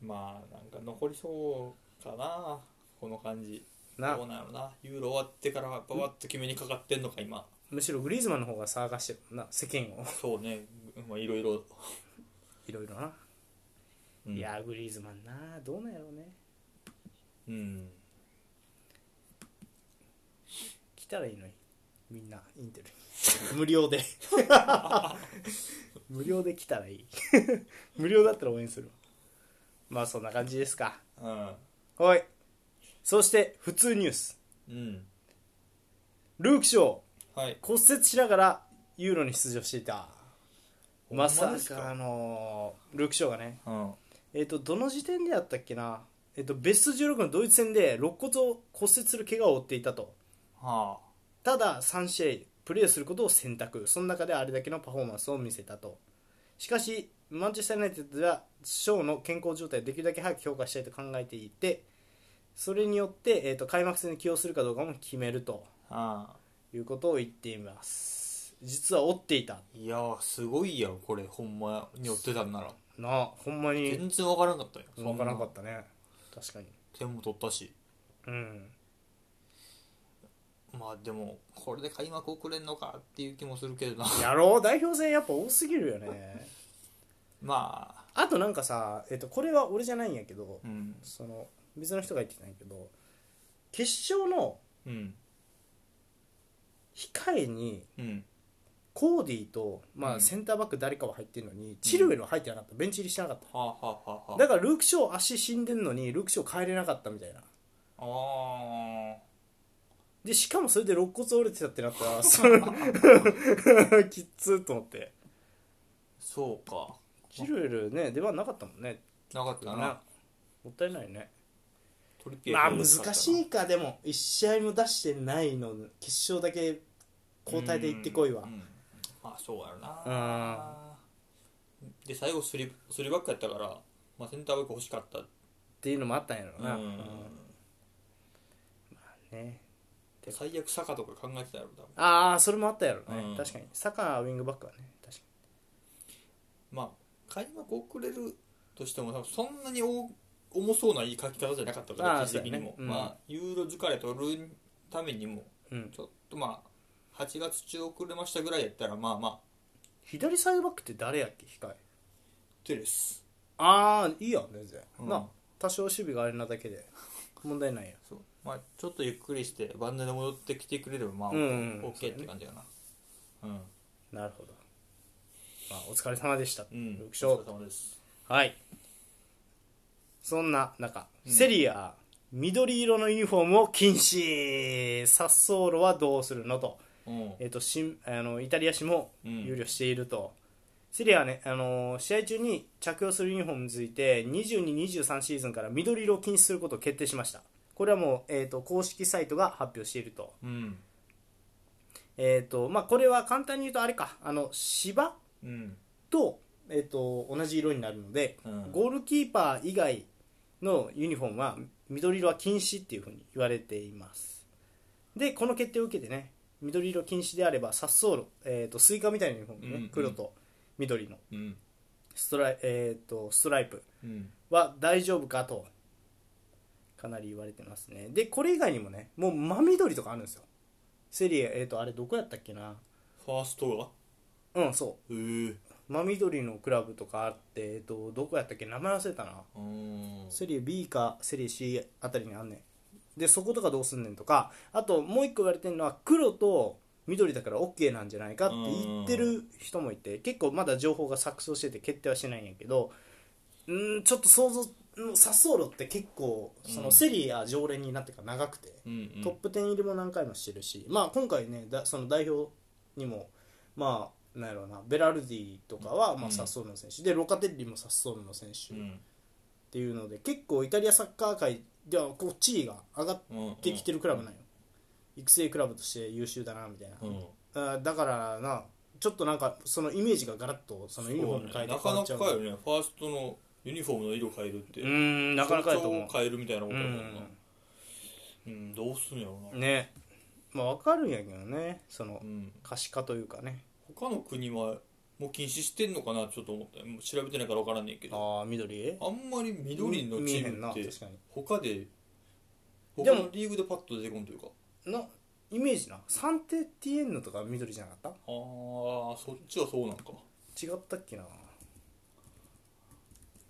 S2: まあなんか残りそうかなこの感じ
S1: な
S2: どうなんやろなユーロ終わってからババッと決めにかかってんのか今
S1: むしろグリーズマンの方が騒がしてるもんな世間を
S2: そうねまあいろいろ、
S1: いろいろな、
S2: うん、
S1: いやーグリーズマンなどうなんやろうね
S2: うん
S1: 来たらいいのにみんなインテルに 無料 で無料で来たらい い無料だったら応援するわまあそんな感じですか
S2: うん
S1: はいそして普通ニュース
S2: うん
S1: ルークショー
S2: はい
S1: 骨折しながらユーロに出場していた
S2: ほんま
S1: ま
S2: です
S1: さ
S2: か
S1: かあのルーク・ショーがね
S2: うん
S1: えっ、とどの時点でやったっけなえっ、とベスト16のドイツ戦で肋骨を骨折する怪我を負っていたと
S2: はあ
S1: ただ3試合プレーすることを選択その中であれだけのパフォーマンスを見せたとしかしマンチェスター・ユナイテッドではショーの健康状態をできるだけ早く評価したいと考えていてそれによって、えー、と開幕戦で起用するかどうかも決めると
S2: はあ
S1: いうことを言っています実は折っていた
S2: いやーすごいやんこれほんまに寄ってたんなら
S1: なあほんまに
S2: 全然わからんかったよ
S1: 分からなかったたね確かに
S2: 点も取ったし
S1: うん
S2: まあでもこれで開幕遅れんのかっていう気もするけどな
S1: やろう代表戦やっぱ多すぎるよね
S2: まあ
S1: あとなんかさ、えっとこれは俺じゃないんやけど、
S2: うん
S1: その別の人が言ってたんやけど決勝の
S2: うん
S1: 控えに
S2: うん
S1: コーディと、ま
S2: うん
S1: あ、センターバック誰かは入ってるのに、チルウェルは入ってなかったベンチ入りしてなかった、
S2: はあはあはあはあ
S1: だからルーク・ショー足死んでんのにルーク・ショー帰れなかったみたいな
S2: あー
S1: でしかもそれで肋骨折れてたってなった らそのきっつーと思って
S2: そうか
S1: チルウェルね出番なかったもんね
S2: なかったな
S1: もったいないね
S2: トリピエ
S1: まあ
S2: どう
S1: 難
S2: だったかな
S1: しいかでも1試合も出してないの決勝だけ交代で行ってこいわ
S2: うんうんまあそうやろな
S1: あ
S2: で最後スリスリーバックやったから、まあ、センターバック欲しかった
S1: っていうのもあったんやろな、
S2: うん
S1: ね、
S2: 最悪坂とか考えてたやろ多分
S1: ああそれもあったやろね、
S2: うん
S1: 確かにサッカーはウィングバックはね確か
S2: まあ開幕遅れるとしても多分そんなに大重そうな言い書き方じゃなかったか
S1: あ
S2: ら
S1: あ
S2: 記事的にも、
S1: そうやねうん
S2: まあユーロ疲れ取るためにも
S1: に、うん、
S2: ちょっとまあ8月中遅れましたぐらいやったらまあまあ
S1: 左サイドバックって誰やっけ控え
S2: テレス
S1: ああいいやん全然、
S2: うん
S1: な多少守備があれなだけで問題ないや
S2: そうまあちょっとゆっくりしてバンデで戻ってきてくれればまあ
S1: うんうん
S2: OK って感じかなうん
S1: なるほど、まあ、お疲れ様でした、
S2: うん
S1: 6
S2: お
S1: 勝
S2: 疲れ様です
S1: はいそんな中、セリア緑色のユニフォームを禁止サッソーロはどうするのと,、
S2: うん
S1: えっとしあのイタリア紙も
S2: うん
S1: 憂慮していると、セリアはね、あのー試合中に着用するユニフォームについて2223シーズンから緑色を禁止することを決定しましたこれはもう、えっと公式サイトが発表していると,、
S2: うん
S1: えっとまあ、これは簡単に言うとあれかあの芝
S2: うん
S1: と,、えっと同じ色になるので、
S2: うん
S1: ゴールキーパー以外のユニフォームは緑色は禁止っていうふうに言われていますでこの決定を受けてね緑色禁止であれば殺走路、えー、とスイカみたいなユニフォームね、
S2: うんうん
S1: 黒と緑の
S2: うん
S1: ストライ,、えー、とストライプ
S2: うん
S1: は大丈夫かとかなり言われてますねでこれ以外にもねもう真緑とかあるんですよセリエ、えー、とあれどこやったっけな
S2: ファーストが
S1: うんそう
S2: ええ
S1: 真緑のクラブとかあって、えっと、どこやったっけ名前忘れたな
S2: うん
S1: セリエ B かセリエ C あたりにあんねんでそことかどうすんねんとかあともう一個言われてるのは黒と緑だから OK なんじゃないかって言ってる人もいて結構まだ情報が錯綜してて決定はしてないんやけどうんちょっと想像のサッソーロって結構そのセリア常連になってから長くて、
S2: うんうん
S1: トップ10入りも何回もしてるし、まあ、今回ねだその代表にも、まあ、なんやろうなベラルディとかはま
S2: う
S1: あ
S2: ん
S1: サッソーロの選手でロカテッリもサッソーロの選手
S2: う
S1: っ
S2: ん
S1: ていうので結構イタリアサッカー界ではこう地位が上がっ
S2: うん
S1: てきてるクラブなんよ育成クラブとして優秀だなみたいな
S2: うん
S1: あーだからなちょっとなんかそのイメージがガラッとそのユニフォーム変えて
S2: な
S1: 変
S2: か
S1: わ
S2: な
S1: っちゃ
S2: か
S1: う
S2: よねファーストのユニフォームの色変えるって
S1: うーんなかなかやと思
S2: 象徴を変えるみたいなこと
S1: うう
S2: だもんなんうんどうすんやろうな
S1: ねまあわかるんやけどねその
S2: うん
S1: 可視化というかね
S2: 他の国はもう禁止してんのかなちょっと思ったもう調べてないから分からんねんけど
S1: ああ緑
S2: あんまり緑の
S1: 見
S2: チ
S1: えへ
S2: ー
S1: ん
S2: ム
S1: な
S2: っ
S1: 確
S2: て
S1: か
S2: 他で
S1: で
S2: 他
S1: も
S2: のリーグでパッと出てこんというか
S1: にのイメージなサンテティエンヌとか緑じゃなかっ
S2: ああそっちはそうなんか
S1: た違ったっけな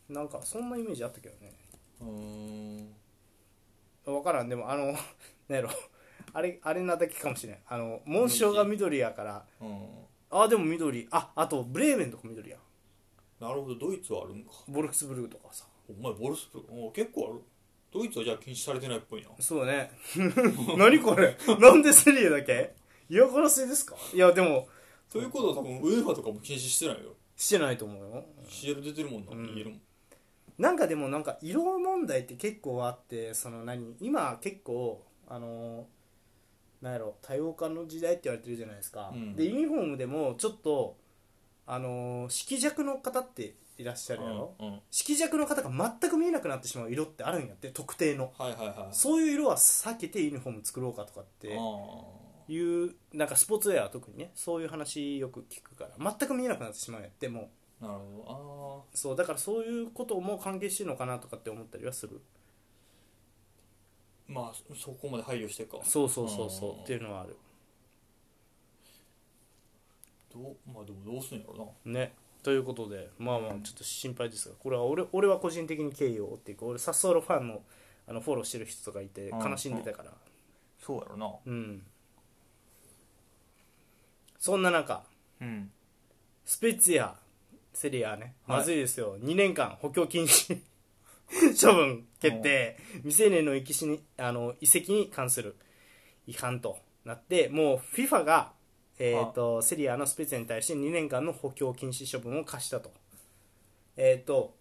S1: なんかそんなイメージあったけどね
S2: うーん
S1: 分からんでもあの なんやろあれあれなだけかもしれんあの紋章が緑やから
S2: うん
S1: ああでも緑ああとブレーメンとか緑や
S2: なるほどドイツはあるんか
S1: ボルクスブルグとかさ
S2: お前ボルスプお結構あるドイツはじゃあ禁止されてないっぽいな
S1: そう ね何これなんでセリエだけ嫌がらせですかいやでも
S2: ということは多分ウェファとかも禁止してないよ
S1: してないと思うよ
S2: CL 出てるもんな、
S1: うん
S2: EL も
S1: なんかでもなんか色問題って結構あってその何今結構あのなんやろ多様化の時代って言われてるじゃないですか、
S2: うん
S1: でユニフォームでもちょっとあの色弱の方っていらっしゃるやろ、
S2: うんうん
S1: 色弱の方が全く見えなくなってしまう色ってあるんやって特定の
S2: はいはいはい
S1: そういう色は避けてユニフォーム作ろうかとかって
S2: あ
S1: いうなんかスポーツウェアは特にねそういう話よく聞くから全く見えなくなってしまうんやっても
S2: あなるほ
S1: うそうだからそういうことも関係してるのかなとかって思ったりはする
S2: どあーまあそそこまで配慮してか
S1: そうそうそうそうってい
S2: で
S1: うのはある
S2: どうまあでもどうすんやろ
S1: ねということでまあまあちょっと心配ですがこれは俺俺は個人的に敬意を追っていく俺サッソーロファンのあのフォローしてる人とかいて
S2: うん
S1: 悲しんでたから
S2: なそうやろな
S1: うんそんな中
S2: うん
S1: スペッツィア、セリアね、
S2: はい
S1: まずいですよ、2年間補強禁止 処分決定、未成年の移籍しにあの移籍に関する違反となって、もう FIFA が、えー、とセリアのスペッツィアに対して2年間の補強禁止処分を課したと。えーと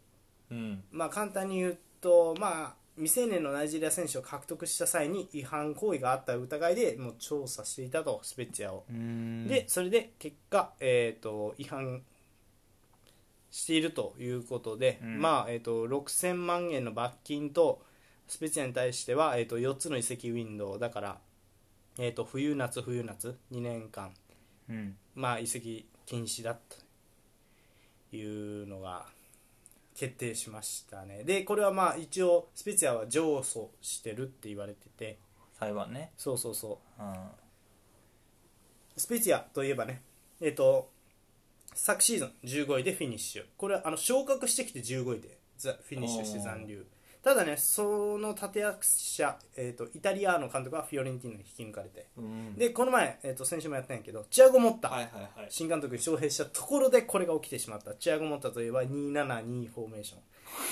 S2: うん
S1: まあ、簡単に言うと、まあ、未成年のナイジェリア選手を獲得した際に違反行為があった疑いでもう調査していたと、スペッツィアを。
S2: うん
S1: でそれで結果、えー、と違反しているということで、
S2: うん
S1: まあえー、と6000万円の罰金とスペツィアに対しては、えー、と4つの移籍ウィンドウだから、えー、と冬夏冬夏2年間、
S2: うん
S1: まあ、移籍禁止だというのが決定しましたねでこれはまあ一応スペツィアは上訴してるって言われてて
S2: 裁判ね
S1: そうそうそう
S2: うん
S1: スペツィアといえばね、えっと昨シーズン15位でフィニッシュこれはあの昇格してきて15位でザフィニッシュして残留ただねその立役者、えっとイタリアの監督はフィオレンティーナに引き抜かれて
S2: うん
S1: でこの前、えっと先週もやったんやけどチアゴ・モッタ、
S2: はいはいはい
S1: 新監督に招聘したところでこれが起きてしまったチアゴ・モッタといえば272フォーメーション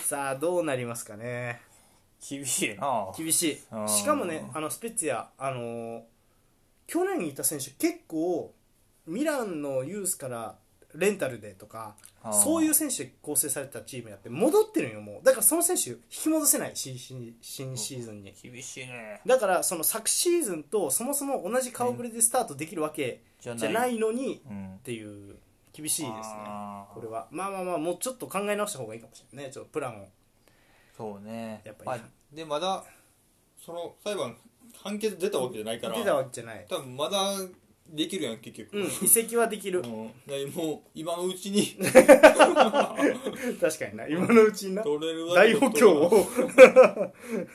S1: さあどうなりますかね
S2: 厳しいな
S1: 厳し
S2: あー
S1: いしかもねあのスペッツィア、あのー去年いた選手結構ミランのユースからレンタルでとか
S2: あー
S1: そういう選手で構成されたチームやって戻ってるんよもうだからその選手引き戻せない新新新シーズンに
S2: 厳しいね
S1: だからその昨シーズンとそもそも同じ顔ぶれでスタートできるわけ
S2: じゃ
S1: じゃな
S2: で
S1: いのに
S2: うん
S1: っていう厳しいですね
S2: あー
S1: これはまあまあまあもうちょっと考え直した方がいいかもしれないねちょっとプランを
S2: そうね
S1: やっぱり
S2: まあでまだその裁判判決出たわけじゃないから
S1: 出たわけじゃない
S2: 多分まだできるやん結局
S1: うん移籍はできる
S2: うんだからもう今のう ちに
S1: 確かにな今のうちにな
S2: 取れるわ
S1: 大
S2: け
S1: 補強を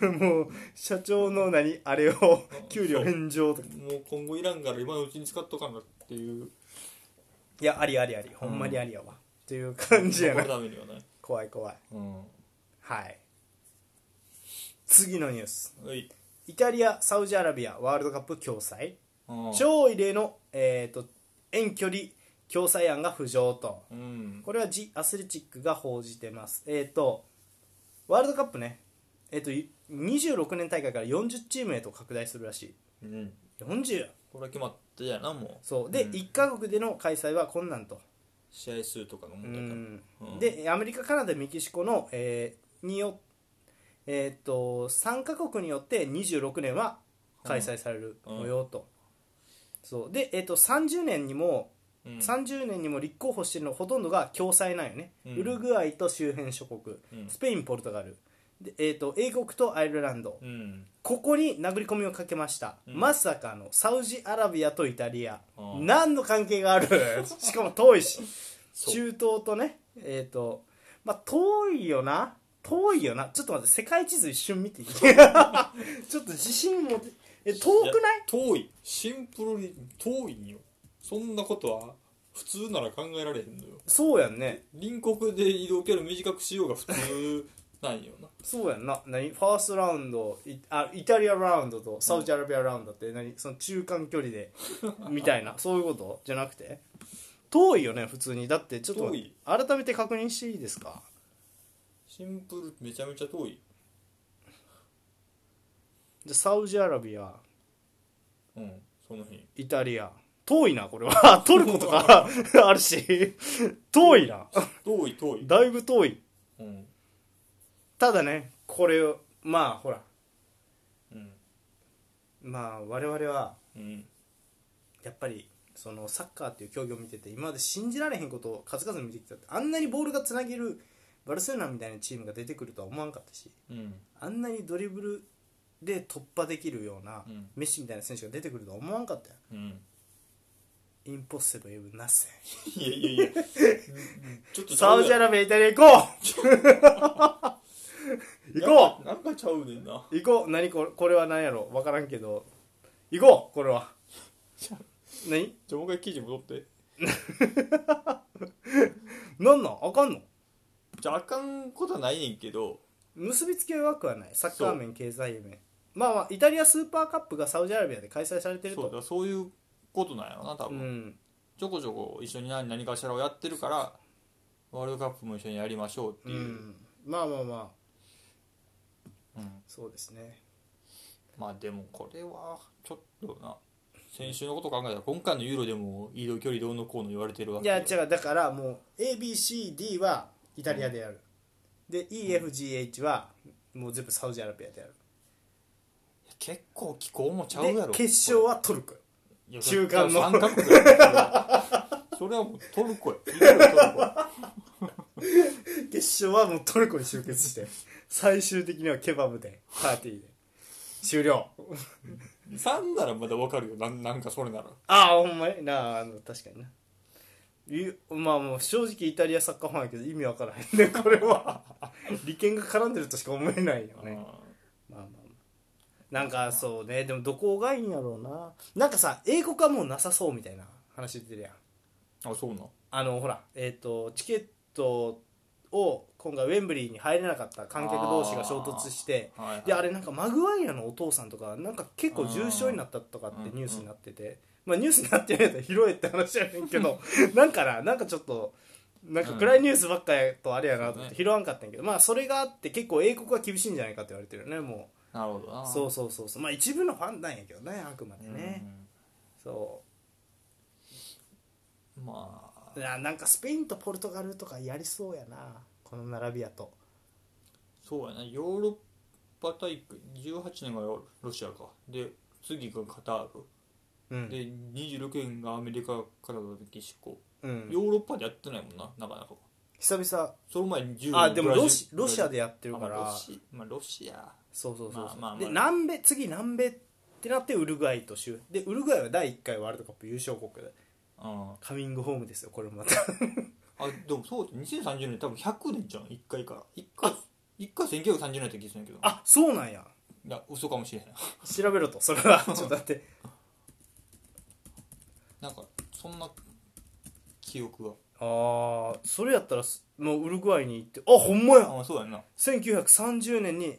S1: もう社長の何あれを給料返上とか
S2: もう今後いらんから今のうちに使っとかなっていう
S1: いやありありありほんまにありやわ、っていう感じやな
S2: 守るためにはね
S1: 怖い怖い
S2: うん
S1: はい次のニュース
S2: はい
S1: イイタリア、サウジアラビアワールドカップ共催
S2: うん
S1: 超異例の、えー、と遠距離共催案が浮上と
S2: うん
S1: これは「ジ・アスレチック」が報じてますえっ、とワールドカップねえっ、とい26年大会から40チームへと拡大するらしい
S2: うん
S1: 40
S2: これは決まってやなもう
S1: そうで、
S2: ん
S1: 1カ国での開催は困難と、
S2: 試合数とかの
S1: う
S2: 問題か
S1: ん
S2: うん
S1: でアメリカカナダメキシコの、えーによえっ、と3カ国によって26年は開催される模様と、そうで、えっと30年にも
S2: うん
S1: 30年にも立候補してるのほとんどが共催なんよね、
S2: うん
S1: ウルグアイと周辺諸国、
S2: うん
S1: スペイン、ポルトガルで、えー、と英国とアイルランド、
S2: うん
S1: ここに殴り込みをかけました、
S2: うん
S1: まさかのサウジアラビアとイタリア
S2: あー
S1: 何の関係があ るしかも遠いし
S2: そう
S1: 中東とねえっ、とまあ遠いよな遠いよなちょっと待って世界地図一瞬見ていい ちょっと自信持てえ遠くない
S2: や遠いシンプルに遠いんよそんなことは普通なら考えられへんのよ
S1: そうやんね
S2: 隣国で移動距離短くしようが普通なんよな
S1: そうやんな何ファーストラウンドいあイタリアラウンドとサウジアラビアラウンドって何その中間距離でみたい なそういうことじゃなくて遠いよね普通にだってちょっと
S2: 遠い
S1: 改めて確認していいですか
S2: シンプルめちゃめちゃ遠い
S1: じゃあサウジアラビア
S2: うんその辺
S1: イタリア遠いなこれ はトルコとかあるし遠いな
S2: 遠い遠い
S1: だいぶ遠い
S2: うん
S1: ただねこれをまあほら
S2: うん
S1: まあ我々は
S2: うん
S1: やっぱりそのサッカーっていう競技を見てて今まで信じられへんことを数々見てきたってあんなにボールがつなげるバルセロナみたいなチームが出てくるとは思わんかったし
S2: うん
S1: あんなにドリブルで突破できるような
S2: うん
S1: メッシみたいな選手が出てくるとは思わんかったよ
S2: うん
S1: インポッセブルエブナッセ
S2: いやいやいやうんちょっと
S1: サウジア
S2: ラ
S1: ラビアイタリア行こう 行こ
S2: うなんかちゃうねんな
S1: う行こう何これこれは何やろ分からんけど行こうこれ は何
S2: じゃあもう一回記事戻って
S1: なんなんあかんの
S2: じゃああかんことはないねんけど
S1: 結びつきは弱くはないサッカー面経済面まあまあイタリアスーパーカップがサウジアラビアで開催されてる
S2: そうだか
S1: と
S2: らそういうことなんやろな多
S1: う
S2: 分、
S1: ん
S2: ちょこちょこ一緒に何何かしらをやってるからワールドカップも一緒にやりましょうって
S1: う
S2: いう、
S1: んまあまあまあ
S2: うん
S1: そうですね
S2: まあでもこれはちょっとな先週のこと考えたら今回のユーロでも移動距離どうのこうの言われてるわ
S1: い
S2: け
S1: や違うだからもう ABCD はイタリアでやる、で EFGH はもう全部サウジアラビアでやる
S2: 結構気候もちゃうやろ
S1: で決勝はトルコ
S2: いや
S1: 中間の
S2: 三角形やろそれはそれはもうトルコやユーロトルコや
S1: 決勝はもうトルコに集結して最終的にはケバブでパーティーで終了
S2: 3ならまだわかるよなんなんかそれなら
S1: ああほんまになああの確かにないまあもう正直イタリアサッカーファンやけど意味わからへん ねこれは利権が絡んでるとしか思えないよねまあまあまあなんかそうねでもどこがいいんやろうななんかさ英国はもうなさそうみたいな話出てるやん
S2: あそうな
S1: あのほらえっ、とチケットを今回ウェンブリーに入れなかった観客同士が衝突して
S2: はいはい
S1: であれなんかマグワイアのお父さんとかなんか結構重症になったとかってニュースになってて、まあ、ニュースになってないと拾えって話やねんけど なんかななんかちょっとなんか暗いニュースばっかやとあれやなと思って拾わんかったんやけど、まあそれがあって結構英国は厳しいんじゃないかって言われてるよねも
S2: なるほどな
S1: うそうそうそうそうまあ一部のファンなんやけどねあくまで
S2: うん
S1: ね、そ
S2: まあ
S1: ういやなんかスペインとポルトガルとかやりそうやなこの並びやと
S2: そうやなヨーロッパ大会18年がロシアかで次がカタール、
S1: うん
S2: で26年がアメリカカナダメキシコ、
S1: うん
S2: ヨーロッパでやってないもんななかなか
S1: 久々
S2: その前に10年
S1: あでも
S2: ブラジル
S1: ロシロシアでやってるか
S2: あまあ
S1: ら
S2: ロシまあ、ロシア
S1: そうそうそうそう、
S2: まあまあまあ
S1: で南米次南米ってなってウルグアイと州でウルグアイは第1回ワールドカップ優勝国で
S2: うん
S1: カミングホームですよこれもま た
S2: あでもそう2030年多分100年じゃん1回から1回一回1930年やった気がするんやけど
S1: あそうなんや
S2: いや嘘かもしれへん
S1: 調べろとそれ はちょっと待って
S2: なんかそんな記憶が
S1: ああそれやったらすもうウルグアイに行ってあほんまや
S2: あそうやんな
S1: 1930年に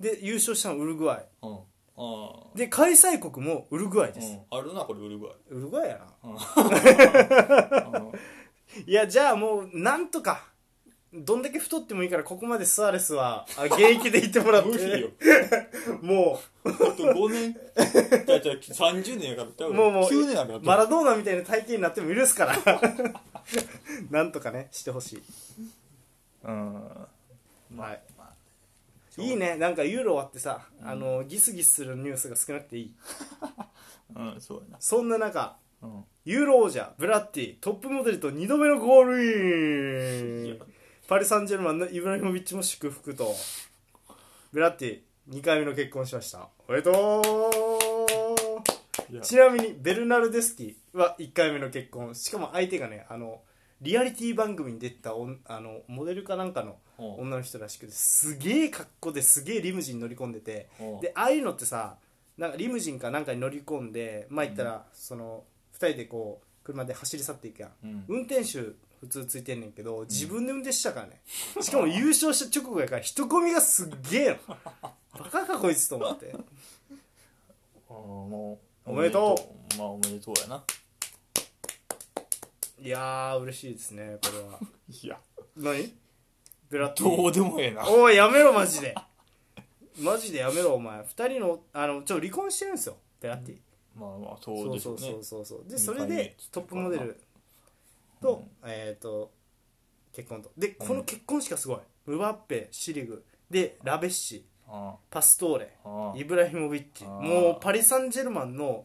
S1: で優勝したのウルグアイ
S2: うんあ
S1: で開催国もウルグアイ
S2: あ、う
S1: です、
S2: ん、あるなこれウルグアイ
S1: ウルグアイやな
S2: あ
S1: いやじゃあもうなんとかどんだけ太ってもいいからここまでスアレスはあ現役で行ってもらっ
S2: の無理よ
S1: ても
S2: あと5年じゃじゃ30年やから多分
S1: もうもう
S2: 9年やから
S1: うマラドーナみたいな体型になってもいるですから なんとかねしてほし
S2: うん
S1: い、はい、
S2: まあ
S1: いいねなんかユーロ終わってさ、あのギスギスするニュースが少なくていい
S2: うんそうやな
S1: そんな中
S2: うん
S1: ユーロ王者ブラッティトップモデルと2度目のゴールインパリ・サンジェルマンのイブラヒモビッチも祝福とブラッティ2回目の結婚しましたおめでと
S2: いうや
S1: ちなみにベルナルデスキは1回目の結婚しかも相手がねあのリアリティ番組に出てたおんあのモデルかなんかの
S2: うん
S1: 女の人らしくてすげえ格好ですげえリムジンに乗り込んでて
S2: うん
S1: でああいうのってさなんかリムジンかなんかに乗り込んでまあ言ったら、その2人でこう車で走り去っていくやん、
S2: うん
S1: 運転手普通ついてんねんけど自分で運転したからね、しかも優勝した直後やから人混みがすっげえの バカかこいつと思って
S2: あーもう
S1: おめでと
S2: うまあおめでとうやない
S1: やー嬉しいですねこれはい
S2: や
S1: 何ベラッティ
S2: どうでもええな
S1: おいやめろマジでマジでやめろお前2人のあのちょっと離婚してるんですよベラッティ、
S2: まあまあ
S1: そ
S2: そう
S1: う
S2: でし
S1: そ
S2: ょ
S1: う
S2: うね
S1: そうそうそうで
S2: 二
S1: そ
S2: 回目
S1: れでトップモデルと、えっ、と結婚とでこの結婚式がすごい、ムバッペシリグでラベッシ
S2: あ
S1: パストーレ
S2: ああ
S1: イブラヒモビッチ
S2: あー
S1: もうパリ・サンジェルマンの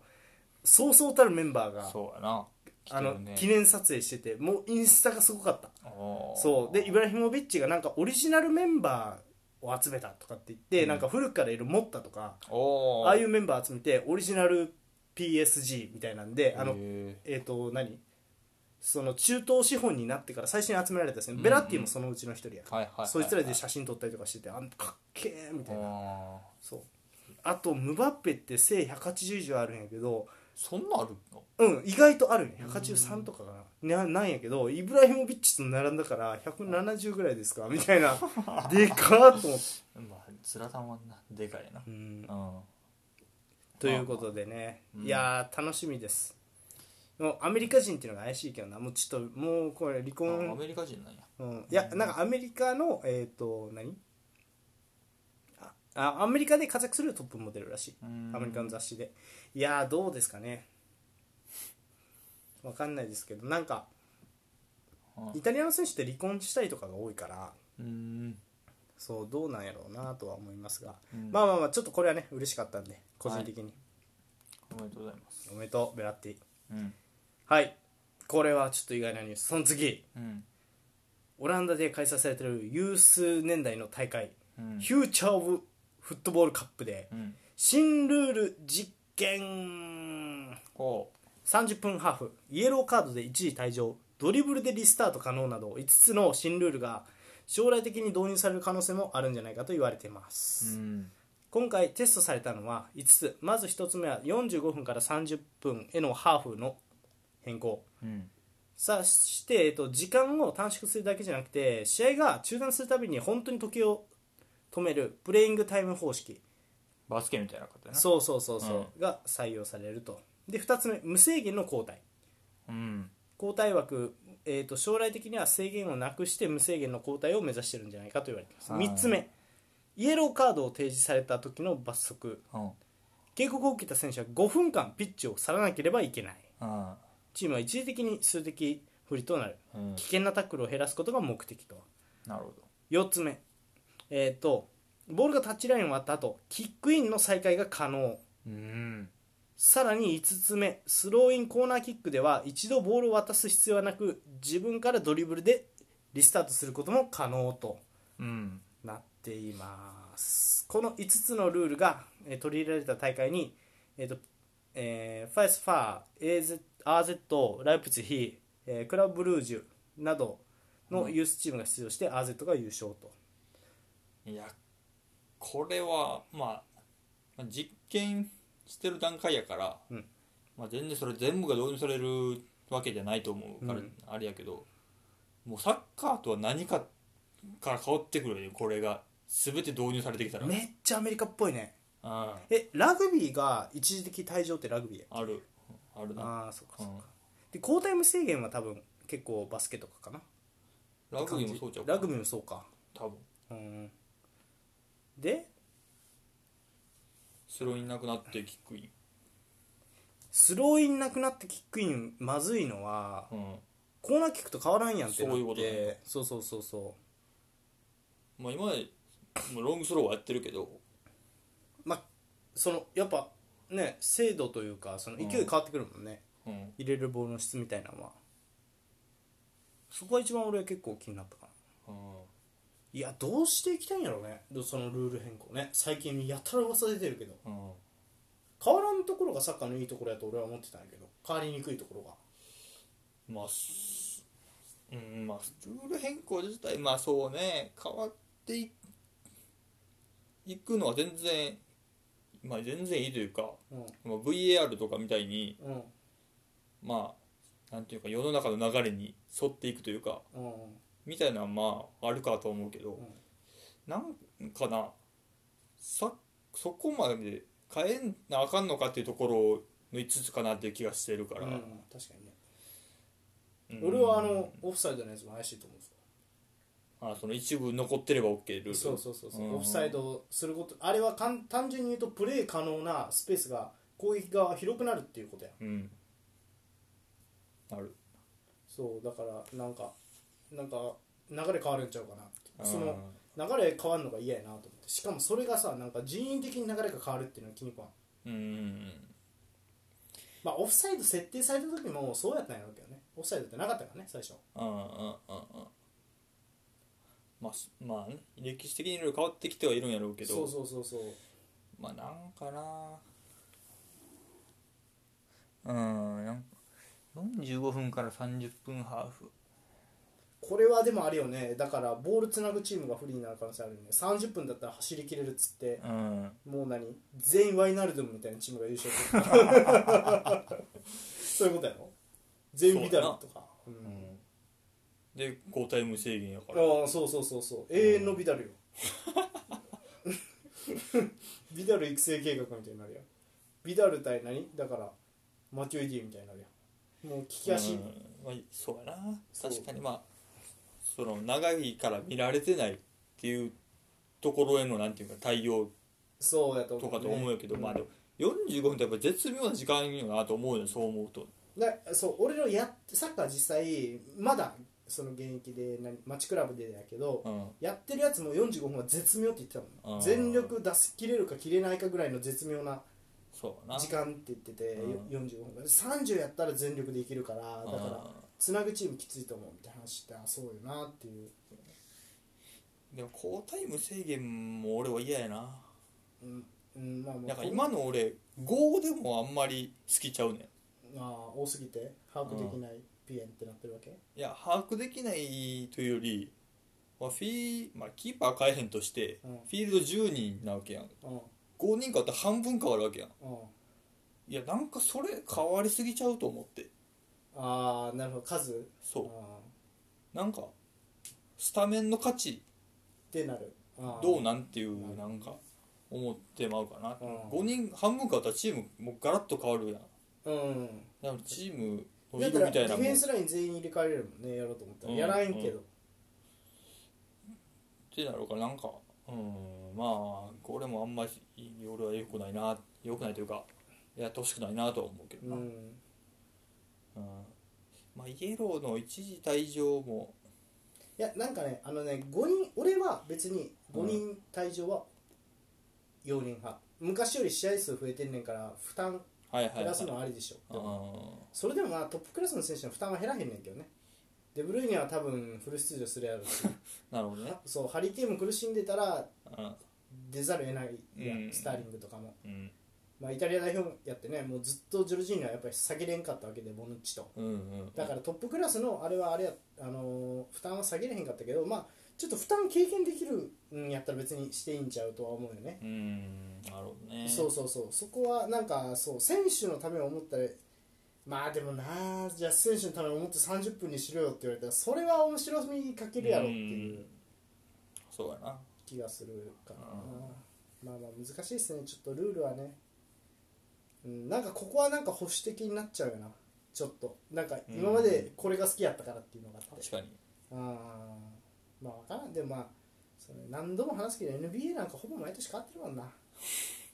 S1: そうそうたるメンバー
S2: あ
S1: が、
S2: そうやな来
S1: あ
S2: て
S1: の
S2: るね
S1: 記念撮影しててもうインスタがすごかった
S2: あー
S1: そうでイブラヒモビッチがなんかオリジナルメンバーを集めたとかって言って、なんか古くからいるモッタとか
S2: おー
S1: ああいうメンバー集めてオリジナル PSG みたいなんであの
S2: へ
S1: えっ、と何その中東資本になってから最初に集められたですね、ベラッティもそのうちの一人や、
S2: ーはいはいはいはい
S1: そいつらで写真撮ったりとかしててあんかっけえみたいな
S2: あー
S1: そうあとムバッペって背180以上あるんやけど
S2: そんなんあるの
S1: うん意外とあるんや183とかかなななんやけどイブラヒモビッチと並んだから170ぐらいですかみた いなでかーと思って
S2: まあずらたまんなでかいな
S1: うん
S2: うん
S1: ということでね、
S2: うん
S1: いやー楽しみですもうアメリカ人っていうのが怪しいけどなもうちょっともうこれ離
S2: あア
S1: 婚
S2: メリカ人なんや
S1: うん、いやなんかアメリカのえっ、と何ああアメリカで活躍するトップモデルらしい
S2: うん
S1: アメリカの雑誌でいやーどうですかねわかんないですけどなんか
S2: うん
S1: イタリアの選手って離婚したりとかが多いから
S2: うん
S1: そうどうなんやろうなとは思いますが、
S2: うん
S1: まあまあまあちょっとこれはね嬉しかったんで個人的に、
S2: おめでとうございます
S1: おめでとうベラッティ
S2: うん
S1: はいこれはちょっと意外なニュースその次
S2: うん
S1: オランダで開催されてるユース年代の大会
S2: うん
S1: フューチャー・オブ・フットボール・カップで
S2: うん
S1: 新ルール実験
S2: ほ
S1: 30分ハーフイエローカードで一時退場ドリブルでリスタート可能など5つの新ルールが将来的に導入される可能性もあるんじゃないかと言われていま
S2: う
S1: す、
S2: うん
S1: 今回テストされたのは5つまず1つ目は45分から30分へのハーフの変更
S2: うん
S1: さあして、えっと、時間を短縮するだけじゃなくて試合が中断するたびに本当に時計を止めるプレイングタイム方式
S2: バスケみたいな方やな
S1: そうそうそうそう、が採用されるとで2つ目無制限の交代
S2: うん
S1: 交代枠、えー、と将来的には制限をなくして無制限の交代を目指してるんじゃないかと言われています、
S2: はい
S1: 3つ目イエローカードを提示された時の罰則
S2: うん
S1: 警告を受けた選手は5分間ピッチを去らなければいけない
S2: うん
S1: チームは一時的に数的不利となる
S2: うん
S1: 危険なタックルを減らすことが目的と
S2: なるほど
S1: 4つ目えっ、とボールがタッチラインを割った後キックインの再開が可能
S2: うん
S1: さらに5つ目スローインコーナーキックでは一度ボールを渡す必要はなく自分からドリブルでリスタートすることも可能と
S2: うん
S1: なっていますこの5つのルールが、えー取り入れられた大会に、えーとえーファイスファー AZ RZ ライプツィヒ、えークラブブルージュなどのユースチームが出場して AZ が優勝と、
S2: いやこれはまあまあ実験してる段階やから、
S1: うん
S2: まあ、全然それ全部が導入されるわけじゃないと思うから、
S1: うん
S2: あれやけどもうサッカーとは何かから変わってくるよねこれが全て導入されてきたら
S1: めっちゃアメリカっぽいね
S2: あ
S1: えラグビーが一時的退場ってラグビーや
S2: あるあるな
S1: ああーそっかそっ
S2: うん
S1: かで交代無制限は多分結構バスケとかかな
S2: ラグビーもそうじゃん
S1: ラグビーもそうか
S2: 多分
S1: うんで
S2: スローインなくなってキックイン
S1: スローインなくなってキックインまずいのは、
S2: うん
S1: コーナーキックと変わらんやんってなって
S2: そういうことね
S1: そうそうそうそ
S2: まあ今までもうロングスローはやってるけど
S1: うまあそのやっぱね精度というかその勢い変わってくるもんね、
S2: うん
S1: 入れるボールの質みたいなのはそこが一番俺は結構気になったかな
S2: うん
S1: いやどうしていきたいんやろうねどそのルール変更ね最近やたら噂出てるけど
S2: うん
S1: 変わらんところがサッカーのいいところやと俺は思ってたんやけど変わりにくいところが
S2: まあ、すうん、まあ、ルール変更自体、まあそうね、変わっていいくのは全然、まあ全然いいというか、
S1: う
S2: まあ、VAR とかみたいに、
S1: んうん
S2: まあ、なんていうか、世の中の流れに沿っていくというか、
S1: うん
S2: みたいなのはまあ、あるかと思うけど、
S1: ん
S2: なんかな、さ、そこまで変えなあかんのかっていうところの5つかなっていう気がしてるから、
S1: うん、確かにね、
S2: うん
S1: 俺はあのオフサイドのやつも怪しいと思うんですよ
S2: あその一部残ってれば OK ルール
S1: そうそうそうそう、
S2: うん
S1: オフサイドすることあれはかん単純に言うとプレー可能なスペースが攻撃側が広くなるっていうことやん
S2: うんある
S1: そうだからなんかなんか流れ変わるんちゃうかなってその
S2: あ
S1: 流れ変わるのが嫌やなと思ってしかもそれがさなんか人員的に流れが変わるっていうのは気に食わん
S2: ーうん
S1: まあオフサイド設定された時もそうやったんやろうけどねオフサイドってなかったからね最初
S2: うんうんうんうんまあすまあね歴史的にいろいろ変わってきてはいるんやろうけど
S1: そうそうそうそう
S2: まあなんかなうんなん45分から30分ハーフ
S1: これはでもあれよねだからボールつなぐチームが不利になる可能性あるよね30分だったら走り切れるっつって、
S2: うん
S1: もう何全員ワイナルドムみたいなチームが優勝する そういうことやろ全員ビダルとかう、ん、
S2: で交代無制限やから
S1: ああそうそうそうそう永遠のビダルよビダル育成計画みたいになるやんビダル対何だからマティオイディみたいになるやんもう利き足、
S2: うんまあ、そうやな
S1: そう
S2: 確かにまあその長いから見られてないっていうところへのなんていうか対応
S1: そうやと
S2: と
S1: 思う、
S2: かと思うけど、
S1: ん
S2: まあでも45分ってやっぱ絶妙な時間よなと思うよねそう思うと
S1: だそう俺のやってサッカー実際まだその現役で何マッチクラブでやけど、
S2: うん
S1: やってるやつも45分は絶妙って言ってたも
S2: あ
S1: ん
S2: ー
S1: 全力出し切れるか切れないかぐらいの絶妙な
S2: そうやな
S1: 時間って言っててよ
S2: うん
S1: 45分30やったら全力でいけるからだ
S2: うん
S1: からつなぐチームきついと思うみたいな話してあそうよなっていう
S2: でも交代無制限も俺は嫌やな
S1: うん、うん、まあま
S2: なん
S1: あ
S2: か今の俺5でもあんまり好きちゃうねん
S1: あー多すぎて把握できないピエンってなってるわけ
S2: いや把握できないというより、まあ、フィーまあキーパー変えへんとして、
S1: うん
S2: フィールド10人なわけやん
S1: うんうん
S2: 5人変わったら半分変わるわけやん
S1: あ
S2: いやなんかそれ変わりすぎちゃうと思って
S1: あーなるほど数
S2: そううん
S1: っ
S2: なんかスタメンの価値
S1: てなるあー
S2: どうなんっていう
S1: うん
S2: なんか思ってまうかな
S1: うん
S2: 5人半分変わったらチームもうガラッと変わるやん
S1: うん
S2: だからチームの
S1: だか
S2: 色
S1: ら
S2: みた
S1: デ
S2: いな
S1: ィ
S2: も
S1: フ
S2: ん
S1: ェン
S2: っ
S1: スライン全員入れ替えれるもんねやろうと思ったら
S2: うん
S1: やらんけど
S2: てなるからなんかうんまあこれもあんまり俺は良くないな良くないというかやってほしくないなとは思うけど
S1: う
S2: な、うん
S1: ん
S2: まあ、イエローの一時退場も
S1: いやなんかねあのね5人俺は別に5人退場は4人派、昔より試合数増えてんねんから負担
S2: はいはい
S1: 減
S2: は
S1: ら
S2: い
S1: すのはありでしょ、
S2: うん
S1: それでもまあトップクラスの選手の負担は減らへんねんけどねデブルイネは多分フル出場するやろうし
S2: なるほど ね
S1: そうハリー・ケインも苦しんでたら
S2: うん
S1: 出ざるを得ないやん
S2: うん
S1: スターリングとかも、
S2: うん
S1: まあ、イタリア代表やってねもうずっとジョルジーニはやっぱり下げれんかったわけでボヌッチと、
S2: うんうん
S1: だからトップクラスのあれはあれや、あのー負担は下げれへんかったけど、まあ、ちょっと負担経験できるんやったら別にしていいんちゃうとは思うよね、
S2: うんなるほどね
S1: そうそうそうそこはなんかそう選手のためを思ったらまあでもなあじゃあ選手のためを思って30分にしろよって言われたらそれは面白みに欠けるやろっていう
S2: そうやな
S1: 気がするかな
S2: うん
S1: まあまあ難しいですねちょっとルールはね、うん、なんかここはなんか保守的になっちゃうよなちょっとなんか今までこれが好きやったからっていうのがあって
S2: 確かに
S1: あーまあわからんでもまあそれ何度も話すけど NBA なんかほぼ毎年変わってるもんな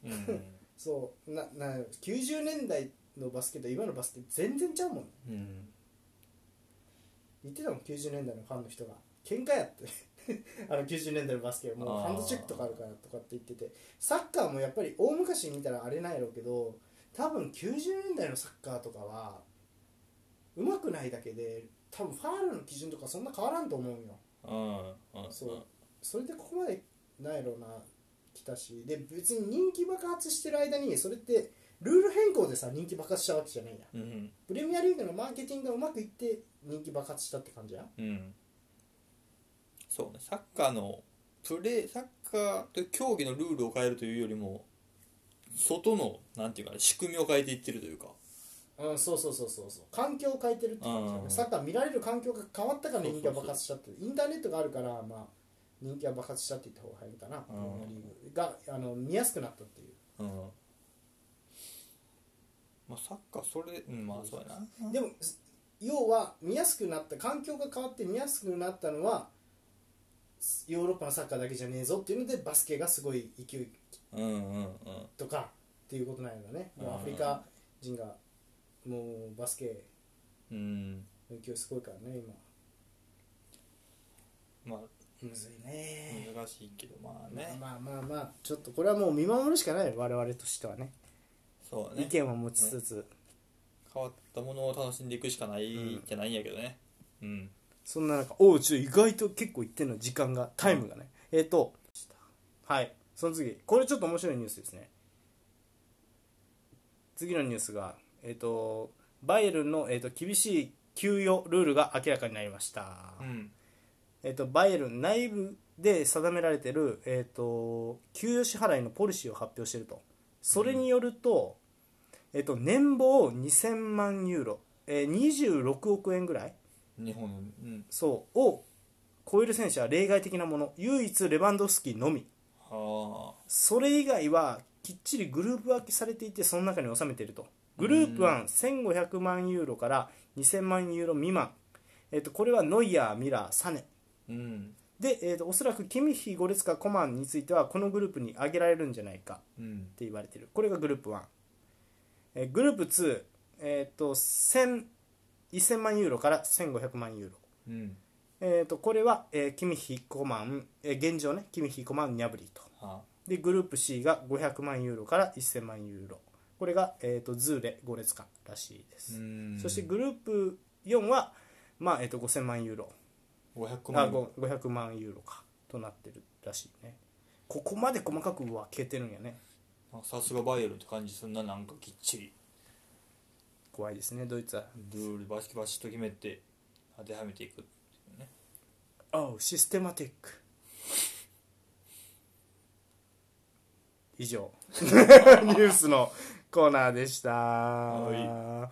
S2: うん、
S1: そうなな90年代のバスケと今のバスケ全然ちゃうもん
S2: うん、
S1: 言ってたもん90年代のファンの人が喧嘩やって あの90年代のバスケはもう
S2: あー
S1: ハンドチェックとかあるからとかって言っててサッカーもやっぱり大昔に見たらあれなんやろうけど多分90年代のサッカーとかはうまくないだけで多分ファールの基準とかそんな変わらんと思うよ
S2: うん、うん、
S1: そうそれでここまでなんやろうな来たしで別に人気爆発してる間にそれってルール変更でさ人気爆発したわけじゃないやん
S2: うん、
S1: プレミアリーグのマーケティングがうまくいって人気爆発したって感じやん
S2: うん、そうね、サッカーのプレー、サッカーという競技のルールを変えるというよりも、外の、なんていうかな、仕組みを変えていってるというか、
S1: うん、そうそうそうそうそう環境を変えてるって感じだ
S2: う
S1: ね
S2: ん
S1: サッカー見られる環境が変わったから
S2: そう
S1: 人
S2: そうそう
S1: 気が爆発しちゃってインターネットがあるからまあ人気が爆発したって言った方が早いかなプ
S2: う
S1: レ
S2: ん
S1: ミアリーグがあの見やすくなったっていう
S2: うん。まあ、サッカー、それ、うん、まあ、そうやな。
S1: でも要は見やすくなった環境が変わって見やすくなったのはヨーロッパのサッカーだけじゃねえぞっていうのでバスケがすごい勢い
S2: うん、うん、うん。
S1: とかっていうことなんだねもう
S2: うん
S1: アフリカ人がもうバスケ
S2: うん、
S1: の勢いすごいからね今
S2: まあ、
S1: むずいね
S2: 難しいけど、まあね、
S1: まあまあまあちょっとこれはもう見守るしかないよ我々としてはね
S2: そう
S1: 意
S2: ね、
S1: 見は持ちつつ、
S2: 変わったものを楽しんでいくしかないじゃないんやけどね。うん。
S1: そんな中おうちょ意外と結構いってんの時間がタイムがね、えっ、とはいその次これちょっと面白いニュースですね次のニュースがえっ、とバイエルンの、えー、と厳しい給与ルールが明らかになりました、
S2: うん。
S1: えっと、バイエルン内部で定められてる、えっと、給与支払いのポリシーを発表してるとそれによると、えっと、年俸2000万ユーロ、えー26億円ぐらい
S2: 日本の、うん。
S1: そうを超える選手は例外的なもの唯一レバンドフスキーのみ
S2: はあ。
S1: それ以外はきっちりグループ分けされていてその中に収めているとグループ11500万ユーロから2000万ユーロ未満、えっと、これはノイヤー、ミラー、サネ
S2: うん。
S1: で、えー、とおそらくキミッヒ、ゴレツカ、コマンについてはこのグループに挙げられるんじゃないか
S2: うん
S1: っ。て言われてるこれがグループ1、えーグループ2、えー、と1000 1000万ユーロから1500万ユーロ、
S2: うん。
S1: えー、とこれは、えーキミッヒ、コマン、えー現状ねキミッヒ、コマン、ニャブリと
S2: はあ。
S1: でグループ C が500万ユーロから1000万ユーロこれが、えー、とズーレ、ゴレツカらしいです、
S2: うん
S1: そしてグループ4は、まあえー、と5000万ユーロ
S2: 500
S1: あ
S2: 万
S1: ご500万ユーロかとなってるらしいねここまで細かく分けてるんやね
S2: なんかさすがバイエルンって感じすんななんかきっちり
S1: 怖いですねドイツは
S2: ルールバシバシと決めて当てはめていくっていうね
S1: おうシステマティック 以上ニュースのコーナーでした、
S2: は